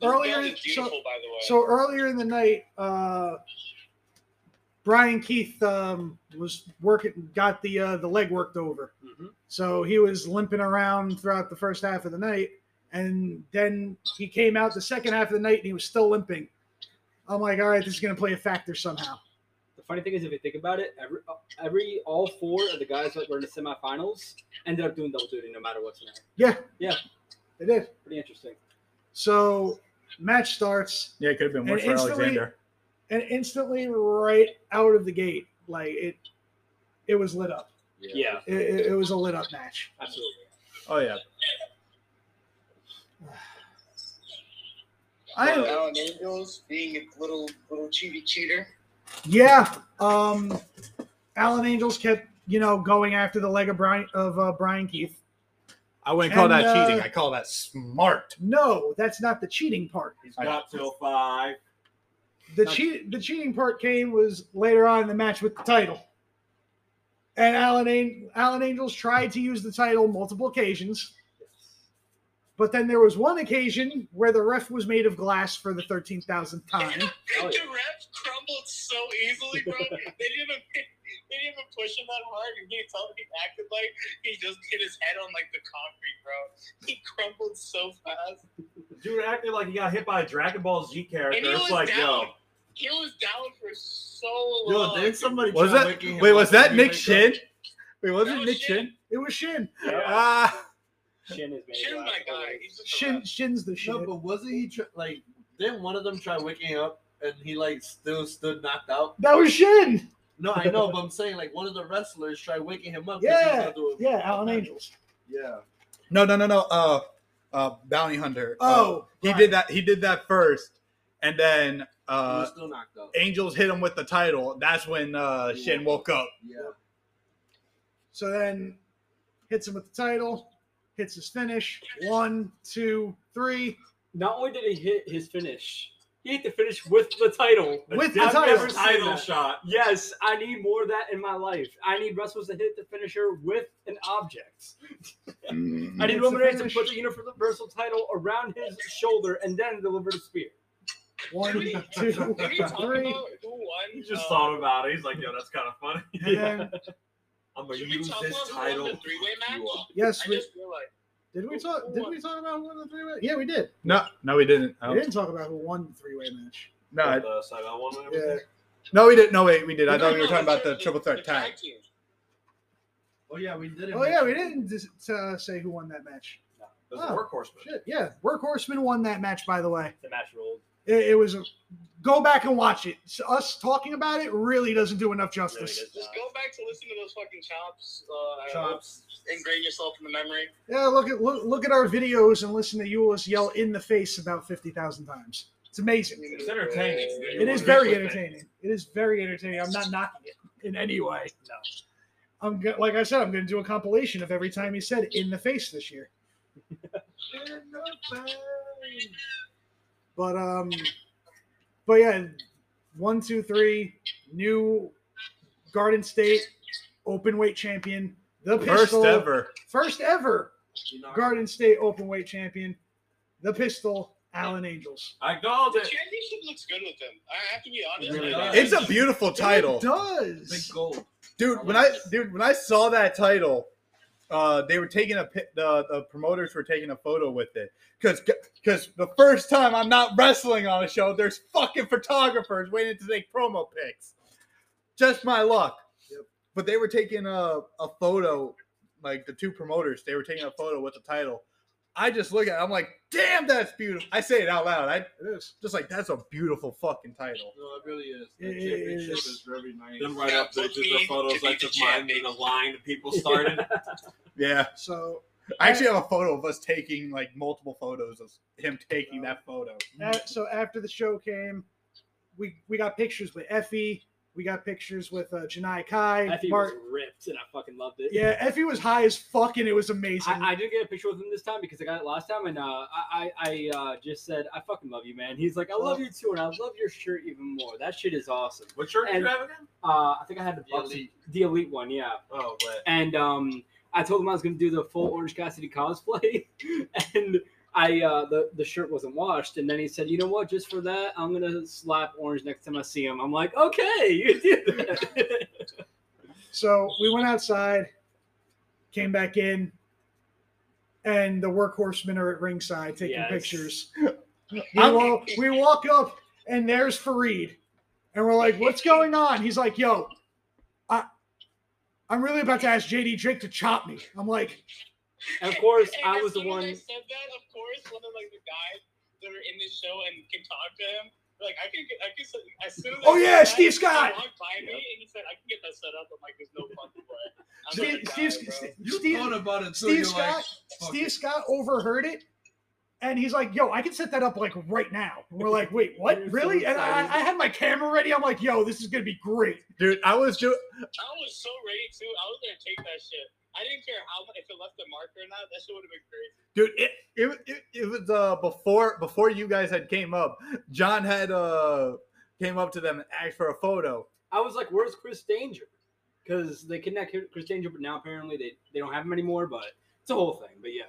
S4: This
S1: Earlier-
S4: belt is
S1: so-
S4: beautiful, by the way.
S1: So earlier in the night, uh, Brian Keith um, was working, got the uh, the leg worked over,
S2: hmm
S1: so he was limping around throughout the first half of the night, and then he came out the second half of the night and he was still limping. I'm like, all right, this is gonna play a factor somehow.
S2: The funny thing is, if you think about it, every every all four of the guys that were in the semifinals ended up doing double duty, no matter what tonight.
S1: It did.
S2: Pretty interesting.
S1: So match starts.
S6: Yeah, it could have been worse
S1: And
S6: for
S1: instantly-
S6: Alexander.
S1: and instantly right out of the gate like it it was lit up
S2: Yeah,
S1: it, it, it was a lit up match
S2: absolutely.
S6: Oh yeah. I
S4: I
S6: am,
S4: Allen Angels being a little little cheaty cheater.
S1: yeah um alan angels kept you know going after the leg of brian of uh, brian keith
S6: I wouldn't call
S1: And,
S6: that
S1: uh,
S6: cheating. I call that smart.
S1: no that's not the cheating part
S3: He's
S6: I-
S3: got till five.
S1: the
S6: Not-
S1: cheat the cheating part came was later on in the match with the title and alan, An- alan angels tried to use the title multiple occasions but then there was one occasion where the ref was made of glass for the 13000th time
S2: Oh, yeah.
S4: The refs crumbled so easily, bro. they didn't even they didn't even push him that hard. You can tell he acted like he just hit his head on like the concrete, bro. He crumbled so fast.
S3: Dude acted like he got hit by a Dragon Ball Z character.
S4: And he
S3: It's
S4: was
S3: like, yo,
S4: down. He was down for so long.
S5: Yo, did somebody
S6: Was
S5: try
S6: that
S5: waking him
S6: wait?
S5: up
S6: Was that
S5: when he
S6: Nick Shin?
S5: wake
S6: Wait, was it
S4: No,
S6: Nick
S4: Shin.
S6: Shin?
S1: It was Shin.
S3: yeah.
S6: Ah,
S2: Shin is made
S4: Shin's
S2: of
S4: my
S2: glass.
S4: guy. He's just a
S1: Shin
S4: ref.
S1: Shin's the
S5: up?
S1: shit.
S5: No, but wasn't he tr- like? Didn't one of them try waking up and he like still stood knocked out?
S1: that was Shin.
S5: No, I know, but I'm saying like one of the wrestlers tried waking him up. 'cause he was
S1: Yeah,
S5: gonna do a-
S1: yeah, Alan Angels.
S5: Yeah.
S6: no, no, no, no. Uh, uh, bounty hunter. Uh,
S1: Oh,
S6: he
S1: right.
S6: did that. He did that first, and then
S5: He
S6: uh,
S5: was still knocked out.
S6: Angels hit him with the title. That's when uh, Shin woke up.
S5: Yeah.
S1: So then hits him with the title, hits his finish. One, two, three.
S2: Not only did he hit his finish, he hit the finish with the title.
S1: With the
S3: I've
S1: title.
S3: never seen title
S2: that.
S3: shot.
S2: Yes, I need more of that in my life. I need wrestlers to hit the finisher with an object. I need
S1: It's
S2: Roman
S1: the
S2: Reigns to
S1: finish.
S2: put the Universal title around his shoulder and then deliver the spear.
S1: One,
S4: Did we-
S1: two,
S4: Did we talk
S1: three.
S4: about who won?
S3: He just
S4: uh,
S3: thought about it. He's like, yo, that's kind of funny.
S1: And then,
S3: I'm gonna
S4: Should we
S3: use
S4: talk
S3: this
S4: about who won
S3: title.
S4: the three-way
S3: to uh, fuck you
S4: match?
S3: up.
S1: yes,
S4: I
S1: we,
S4: just realized.
S1: did we talk? Did we talk about who won the three way? Yeah, we did.
S6: No, no, we didn't.
S1: We didn't talk about who won the three way match.
S6: No, I-
S3: With, uh, side on one and
S1: Yeah,
S3: everything.
S6: no, we didn't. No, wait, we did. I
S4: No,
S6: thought we were
S4: no,
S6: talking about the
S4: it's
S6: triple threat tag.
S4: team.
S5: Oh yeah, we did it.
S1: Oh yeah, we didn't dis- uh, say who won that match.
S3: That's a
S1: Oh,
S3: workhorseman.
S1: Shit, yeah, Workhorseman won that match. By the way,
S2: The match rolled.
S1: it, it was a Go back and watch it. So us talking about it really doesn't do enough justice.
S2: does
S4: Just
S2: not.
S4: go back to listen to those fucking chops. Uh,
S1: Chops.
S4: Ingrain yourself in the memory.
S1: Yeah, look at look, look at our videos and listen to you us yell in the face about fifty thousand times. It's amazing.
S3: It's entertaining.
S1: It is very entertaining. It is very entertaining. I'm not knocking it in any way. No. I'm go- like I said, I'm going to do a compilation of every time he said "in the face" this year. But um, but yeah, one, two, three, new Garden State open weight champion, the
S6: First
S1: pistol,
S6: ever.
S1: first ever
S5: You know,
S1: Garden State open weight champion, the pistol, Allen Angels.
S3: I called
S4: The
S3: it.
S4: championship looks good with them. I have to be honest.
S2: It really
S4: like,
S2: does.
S4: uh,
S6: It's a beautiful
S1: It
S6: title,
S5: big
S1: does.
S5: gold.
S6: dude. When I dude when I saw that title, uh, they were taking a pi- the the promoters were taking a photo with it because because the first time I'm not wrestling on a show, there's fucking photographers waiting to take promo pics. Just my luck. But they were taking a a photo, like the two promoters, they were taking a photo with the title. I just look at it, I'm like, damn, that's beautiful. I say it out loud. I
S1: It is.
S6: just like that's a beautiful fucking title.
S5: No, it really is. The
S1: It
S5: championship
S1: is.
S5: is very nice.
S3: Then right up, they did their photos. I took mine, and the line that people started.
S6: Yeah.
S1: So
S6: I actually have a photo of us taking like multiple photos of him taking that photo.
S1: Uh, so after the show came, we we got pictures with Effie. We got pictures with uh, Janai Kai.
S2: I think it E was
S1: Mark-
S2: ripped, and I fucking loved it.
S1: yeah, Effie was high as fuck, and it was amazing.
S2: I, I did get a picture with him this time because I got it last time, and uh, I I I, uh, just said I fucking love you, man. He's like, I love you too, and I love your shirt even more. That shit is awesome.
S3: What shirt did you have again?
S2: Uh, I think I had the
S5: The
S2: Bugsy,
S5: elite.
S2: the elite one, yeah.
S3: Oh, wait.
S2: And um, I told him I was gonna do the full Orange Cassidy cosplay, and I uh, the the shirt wasn't washed, and then he said, you know what? Just for that, I'm gonna slap Orange next time I see him. I'm like, okay, you did that.
S1: so we went outside, came back in, and the workhorsemen are at ringside taking
S2: Yes.
S1: pictures. we,
S6: I'm-
S1: walk, we walk up, and there's Fareed, and we're like, "What's going on?" He's like, "Yo, I, I'm really about to ask JD Drake to chop me." I'm like.
S2: And of course,
S4: And
S2: I
S4: as
S2: was the
S4: soon as I
S2: one.
S4: said that, of course, one of like the guys that are in this show and can talk to him. Like I can, get, I can. As soon as I
S1: Oh,
S4: said
S1: yeah,
S4: that,
S1: Steve
S4: he
S1: Scott!
S4: walked by me and he said, "I can get that set up." I'm like, "There's no fucking way." I'm
S1: Steve,
S4: like,
S1: Steve,
S4: "Nah, bro."
S1: Steve,
S5: You
S1: Steve-
S5: thought about it, so
S1: Steve
S5: you're like,
S1: Scott,
S5: fuck
S1: Steve
S5: it.
S1: Scott overheard it, and he's like, "Yo, I can set that up like right now." And we're like, "Wait, what?
S2: You're so
S1: really?" and I,
S2: excited.
S1: I had my camera ready. I'm like, "Yo, this is gonna be great."
S6: Dude, I was doing
S4: I was so ready to. I was gonna take that shit. I didn't care how if it left a mark or not. That shit would have been
S6: dude,
S4: crazy.
S6: it it, it, it was uh before before you guys had came up, John had uh came up to them and asked for a photo.
S2: I was like, "Where's Chris Danger?" Because they kidnapped Chris Danger, but now apparently they, they don't have him anymore. But it's a whole thing. But yeah,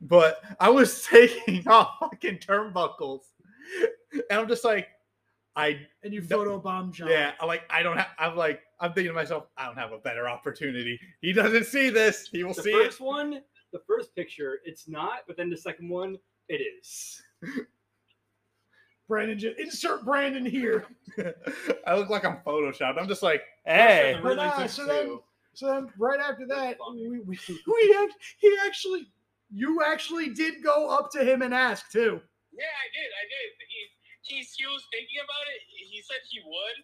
S6: But I was taking off fucking turnbuckles. And I'm just like I
S1: And you
S6: No.
S1: photobombed John.
S6: yeah, I like I don't have I'm like I'm thinking to myself, I don't have a better opportunity. He doesn't see this. He will
S2: the
S6: see
S2: first one, the first picture, it's not. But then the second one, it is.
S1: Brandon, just, insert Brandon here.
S6: it. I look like I'm photoshopped. I'm just like, hey.
S3: Hey.
S1: But
S3: Really
S1: nah,
S3: took
S1: so then,
S3: two.
S1: so then, right after that,
S2: funny.
S1: we, we, we act, he actually, you actually did go up to him and ask too.
S4: Yeah, I did. I did. He he, he was thinking about it. He said he would,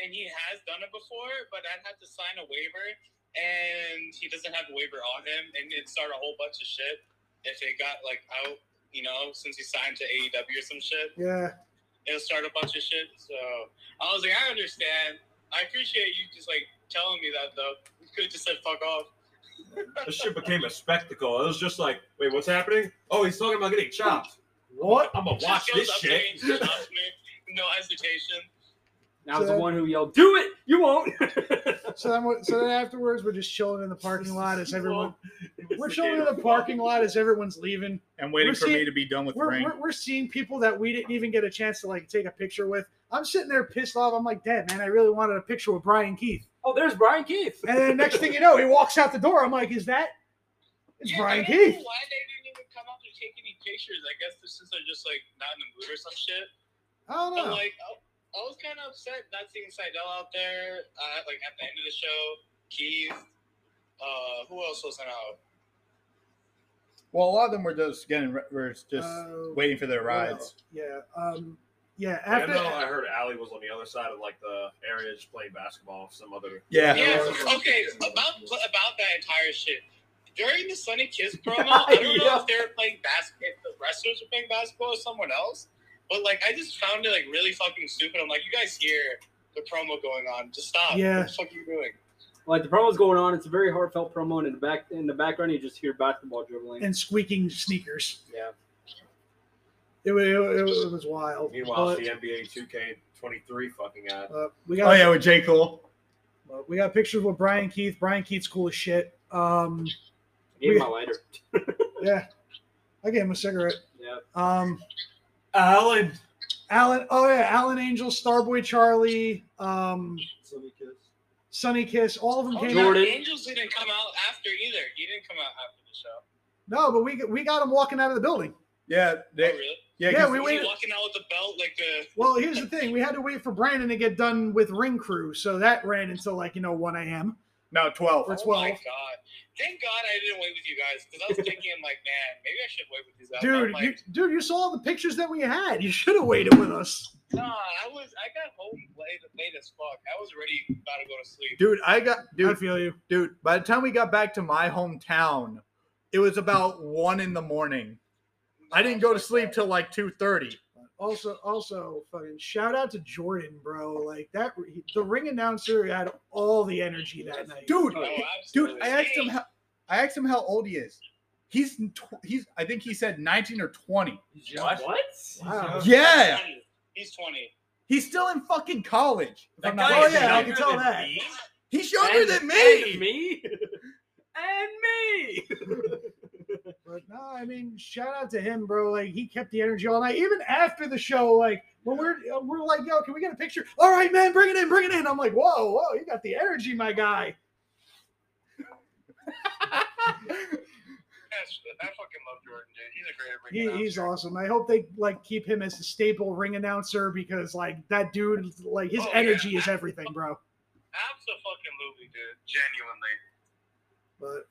S4: and he has done it before, but I'd have to sign a waiver, and he doesn't have a waiver on him, and it'd start a whole bunch of shit if it got like out. You know, since he signed to AEW or some shit,
S1: Yeah,
S4: it'll start a bunch of shit. So I was like, I understand. I appreciate you just like telling me that though. You could have just said fuck off.
S3: This shit became a spectacle. It was just like, wait, what's happening? Oh, he's talking about getting chopped.
S1: What?
S3: I'm gonna
S4: Just
S3: watch
S4: goes
S3: this
S4: up
S3: shit.
S4: there and just stops me, No hesitation.
S2: And I was
S1: So-
S2: the one who yelled, "Do it! You won't!"
S1: So then, we- so then afterwards, we're just chilling in the parking lot as everyone.
S3: It was
S1: We're
S3: the
S1: chilling in
S3: game.
S1: the parking lot as everyone's leaving.
S6: And waiting
S1: We're
S6: for
S1: seeing-
S6: me to be done with the
S1: we're,
S6: ring.
S1: we're, we're seeing people that we didn't even get a chance to like take a picture with. I'm sitting there pissed off. I'm like, Dad, man, I really wanted a picture with Brian Keith.
S2: oh, there's Brian Keith.
S1: And then next thing you know, he walks out the door. I'm like, is that? It's
S4: Yeah,
S1: Brian
S4: I don't
S1: Keith.
S4: Know why they didn't even come up to take any pictures? I guess this since they're just like not in the mood or some shit.
S1: I don't
S4: But
S1: know.
S4: like, I, I was kind of upset not seeing Seidel out there. Uh, like at the end of the show, Keith. Uh, who else wasn't out?
S6: Well, a lot of them were just getting re- were just
S1: Uh,
S6: waiting for their
S1: what
S6: rides.
S1: else? Yeah. Um, Yeah,
S3: Like,
S1: after
S3: I know I heard Allie was on the other side of like the area just playing basketball. Some other
S6: Yeah.
S4: Yeah. Okay. About about that entire shit. During the Sunny Kiss promo, I don't know
S2: Yeah.
S4: if they were playing basketball, if the wrestlers were playing basketball or someone else, but like I just found it like really fucking stupid. I'm like, you guys hear the promo going on? Just stop.
S1: Yeah.
S4: What the fuck are you doing?
S2: Like the promo's going on. It's a very heartfelt promo, and in the back in the background you just hear basketball dribbling.
S1: and squeaking sneakers.
S2: yeah.
S1: It, wa- it, wa- it, wa- it was wild.
S3: Meanwhile,
S1: But,
S3: it's the NBA 2K23 fucking ad.
S1: uh, we got
S6: Oh yeah, with J Cole.
S1: uh, we got pictures with Brian Keith. Brian Keith's cool as shit. Um,
S2: I need
S1: We-
S2: my lighter.
S1: yeah, I gave him a cigarette.
S2: Yeah.
S1: Um,
S3: Alan.
S1: Alan. Oh yeah, Alan Angel, Starboy Charlie, um,
S2: Sunny Kiss.
S1: Sunny Kiss. All of them
S4: Oh,
S1: came.
S4: no,
S1: out.
S2: Jordan.
S4: Angels didn't come out after either. He didn't come out after the show.
S1: No, but we we got them walking out of the building.
S6: Yeah.
S4: Oh,
S6: They,
S4: really?
S6: yeah.
S1: Yeah,
S6: 'cause-
S1: we
S4: Was he
S1: waited-
S4: walking out with the belt like the?
S1: Well, here's the thing: we had to wait for Brandon to get done with ring crew, so that ran until like you know 1 a.m.
S6: no, twelve.
S1: Or
S4: Oh my
S1: 12.
S4: god! Thank God I didn't wait with you guys because I was thinking like, man, maybe I should wait with these guys. I'm
S1: Dude,
S4: like,
S1: you, dude, you saw the pictures that we had. You should have waited with us.
S4: Nah, I was I got home late late as fuck. I was already about to go to sleep.
S6: Dude, I got
S1: I
S6: dude,
S1: feel you.
S6: dude. By the time we got back to my hometown, it was about one in the morning. I didn't go to sleep till like two thirty.
S1: Also, also, fucking shout out to Jordan, bro. Like that, the ring announcer had all the energy that night.
S6: Dude,
S4: Oh,
S6: dude.
S4: absolutely.
S6: I asked him. How, I asked him how old he is. He's tw- he's. I think he said nineteen or twenty.
S2: What?
S1: Wow.
S6: Yeah,
S4: He's 20.
S6: he's still in fucking college. if I'm not
S1: guy is
S6: mistaken.
S1: yeah, I can tell that.
S6: He's younger
S2: And-
S6: than
S2: And
S6: me.
S2: me. and me.
S1: But no, I mean, shout out to him, bro. Like he kept the energy all night, even after the show. Like when we're we're like, yo, can we get a picture? All right, man, bring it in, bring it in. I'm like, whoa, whoa, you got the energy, my guy.
S4: That's, I fucking love Jordan, dude. He's a great
S1: He,
S4: ring
S1: he's
S4: announcer.
S1: awesome. I hope they like keep him as the staple ring announcer because like that dude, like his
S4: Oh, yeah.
S1: energy is everything, bro.
S4: Absolutely, dude. Genuinely.
S1: but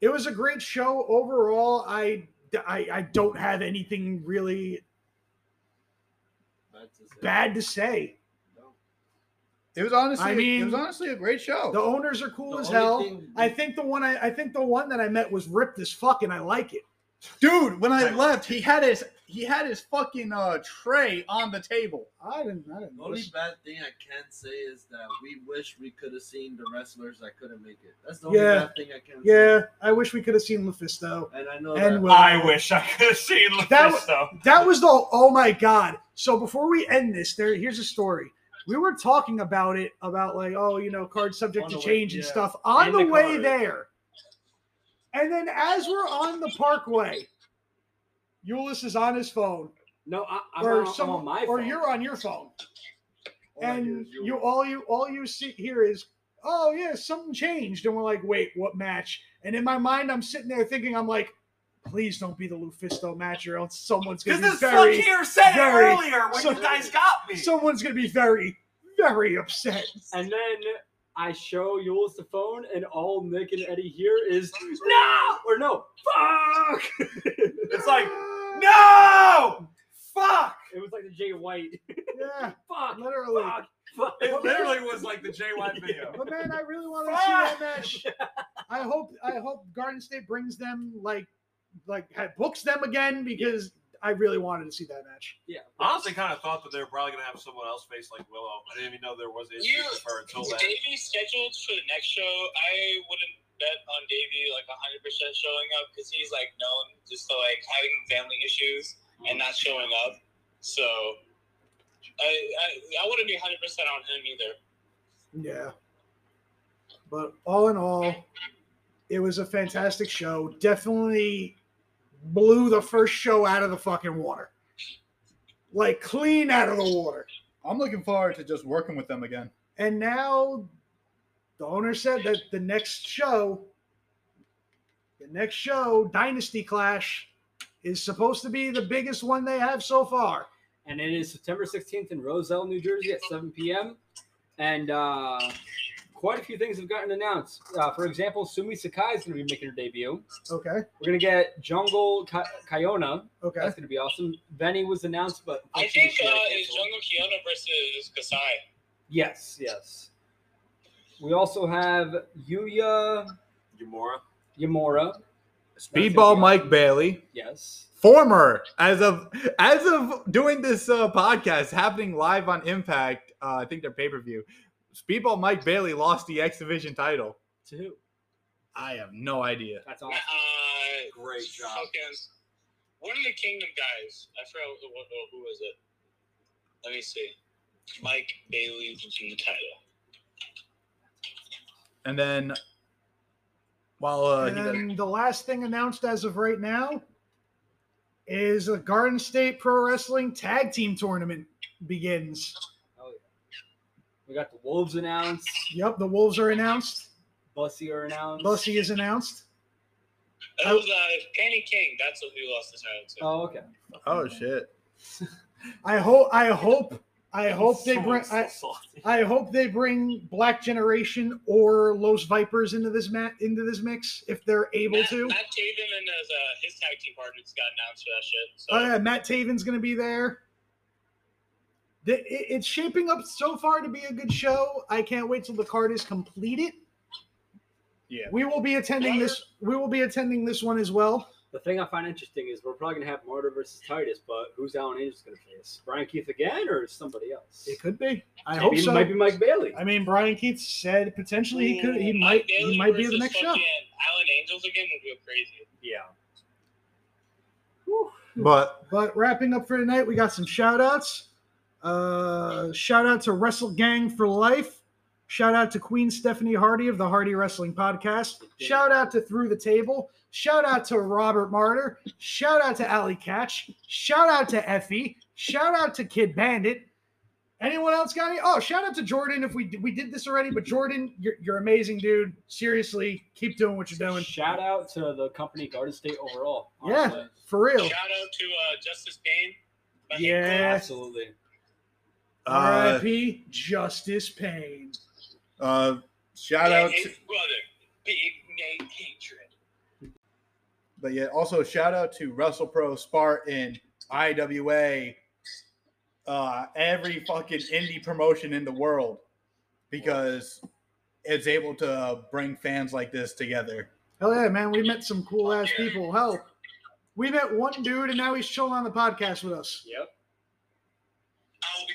S1: it was a great show overall. I I, I don't have anything really
S5: That's just it.
S1: bad to say.
S5: No.
S6: It was honestly,
S1: I
S6: it
S1: mean-
S6: was honestly a great show.
S1: The owners are cool
S5: The
S1: as
S5: only
S1: hell.
S5: thing-
S1: I think the one I, I think the one that I met was ripped as fuck, and I like it.
S6: Dude, when I left, he had his he had his fucking uh, tray on the table.
S1: I didn't. I didn't.
S5: The only
S1: notice.
S5: bad thing I can say is that we wish we could have seen the wrestlers that couldn't make it. That's the only
S1: Yeah.
S5: bad thing I can say.
S1: Yeah, I wish we could have seen Lufisto
S5: And I know
S1: and
S5: that
S1: Will.
S3: I wish I could have seen
S1: That
S3: Lufisto. though.
S1: That was the oh my god. So before we end this, there here's a story. We were talking about it about like oh you know card subject
S2: On
S1: to
S2: the way-
S1: change and
S2: yeah.
S1: stuff on
S2: And
S1: the,
S2: the
S1: way
S2: card.
S1: there. And then as we're on the parkway, Euless is on his phone
S2: No, I, I'm,
S1: or
S2: on, I'm
S1: some-
S2: on my
S1: or
S2: phone.
S1: you're on your phone
S5: all I do
S1: and
S5: is you-
S1: you all you all you see here is oh yeah something changed and we're like wait what match and in my mind i'm sitting there thinking i'm like please don't be the lufisto match or else someone's gonna be very
S3: said
S1: very-
S3: earlier
S1: when so- you guys
S3: got me.
S1: someone's gonna be very very upset
S2: And then I show Yules the phone, and all Nick and Eddie hear is no or no. Fuck! it
S3: it's like, no, fuck.
S2: was like the Jay White.
S1: yeah
S2: Fuck!
S1: literally
S2: Fuck! Fuck!
S3: It literally was like the JY video.
S1: but man i really want to see that match i hope i hope garden state brings them like like had- books them again because i really wanted to see that match
S2: Yeah.
S3: I honestly kind of thought that they were probably going to have someone else face like Willow. I didn't even know there was
S4: You,
S3: issues with her until then.
S4: Davey scheduled for the next show. I wouldn't bet on Davey like 100% showing up because he's like known just for like having family issues and not showing up. So I, I, I wouldn't be 100% on him either.
S1: Yeah. But all in all, it was a fantastic show. Definitely blew the first show out of the fucking water. Like clean out of the water.
S6: I'm looking forward to just working with them again.
S1: And now the owner said that the next show, the next show, Dynasty Clash, is supposed to be the biggest one they have so far.
S2: and it is September 16th in Roselle, New Jersey at 7 p.m. And uh, quite a few things have gotten announced. Uh, for example, Sumi Sakai is going to be making her debut.
S1: Okay.
S2: We're going to get Jungle Ka- Kayona.
S1: Okay.
S2: That's going to be awesome. Venny was announced, but
S4: I think
S2: unfortunately she
S4: uh,
S2: had to
S4: it's
S2: cancel.
S4: Jungle Kiona versus Kasai.
S2: Yes, yes. We also have Yuya
S3: Gamora.
S2: Yamura.
S7: Speedball Mike Bailey,
S2: Yes.
S7: former as of as of doing this uh, podcast happening live on Impact. Uh, I think their pay per view. Speedball Mike Bailey lost the X Division title.
S2: To who?
S7: I have no idea.
S2: That's
S4: Uh,
S2: awesome.
S3: Great job.
S4: Fucking, one of the Kingdom guys. I forgot who, who, who was it. Let me see. Mike Bailey was in the title.
S7: And then while uh, he
S1: and then the last thing announced as of right now is the Garden State Pro Wrestling Tag Team Tournament begins.
S2: We got the Wolves announced.
S1: Yep, the Wolves are announced.
S2: Bussy are announced.
S1: Bussy is announced.
S4: That was uh, Kenny King. That's who he lost the title to.
S1: Uh,
S2: Oh, okay.
S7: oh shit,
S1: I hope. I hope. I hope they bring. uh,
S3: Someone's so
S1: I,
S3: salty.
S1: I hope they bring Black Generation or Los Vipers into this mat into this mix if they're able
S4: Matt,
S1: to.
S4: Matt Taven and his, uh, his tag team partners got announced for that shit. So
S1: Uh, Matt Taven's going to be there. The- it- It's shaping up so far to be a good show. I can't wait till the card is completed.
S6: Yeah.
S1: we will be attending this. We will be attending this one as well.
S2: The thing I find interesting is we're probably gonna have Martyr versus Titus, but who's Alan Angels gonna face? Brian Keith again, or somebody else?
S1: It could be. I
S2: Maybe
S1: hope
S2: it
S1: so.
S2: Might be Mike Bailey.
S1: I mean, Brian Keith said potentially he could. He
S4: Ooh,
S1: might.
S4: Mike
S1: He
S4: Bailey
S1: might be at the
S4: versus
S1: next show.
S4: fucking Allen Angels again would go crazy.
S2: Yeah.
S7: but
S1: But wrapping up for tonight, we got some shout outs. Uh, shout out to Wrestle Gang for Life. Shout out to Queen Stephanie Hardy of the Hardy Wrestling Podcast. Shout out to Through the Table. Shout out to Robert Martyr. Shout out to Alley Catch. Shout out to Effie. Shout out to Kid Bandit. Anyone else got any? Oh, shout out to Jordan. If we we did this already, but Jordan, you're, you're amazing, dude. Seriously, keep doing what you're doing.
S2: Shout out to the company Garden State overall.
S1: Yeah.
S2: honestly.
S1: For real.
S4: Shout out to uh, Justice Payne. Fucking
S1: Yeah.
S2: Absolutely.
S7: uh,
S1: R.I.P. Justice Payne.
S6: Uh, shout
S4: Cool.
S6: out,
S4: And
S6: to,
S4: his brother, Big Nate Hatred.
S6: but yeah, also shout out to Russell Pro Spartan, IWA, uh, every fucking indie promotion in the world because it's able to bring fans like this together.
S1: Hell yeah, man. We met some cool ass people. Hell, we met one dude and now he's chilling on the podcast with us.
S2: Yep.
S4: I will be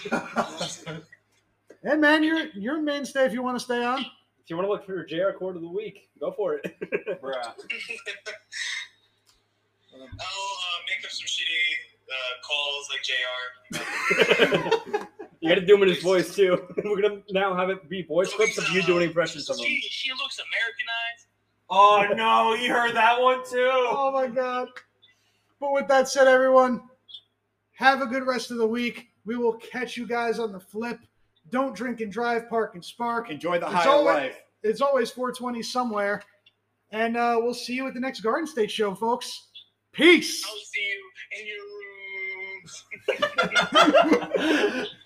S4: taking over the podcast. Uh,
S1: Hey man, you're you're a mainstay if you want to stay on.
S2: If you want to look for your JR quote of the week, go for it.
S3: Bruh.
S4: I'll uh, make up some shitty uh, calls like JR.
S2: you got to do him in his voice too. We're gonna now have it be voice clips of you doing impressions of him.
S4: She, she looks Americanized.
S3: Oh no, you heard that one too.
S1: Oh my god. But with that said, everyone, have a good rest of the week. We will catch you guys on the flip. Don't drink and drive, park and spark.
S6: Enjoy the
S1: It's
S6: high
S1: all-
S6: life.
S1: It's always 420 somewhere. And uh, we'll see you at the next Garden State show, folks. Peace.
S4: I'll see you in your room.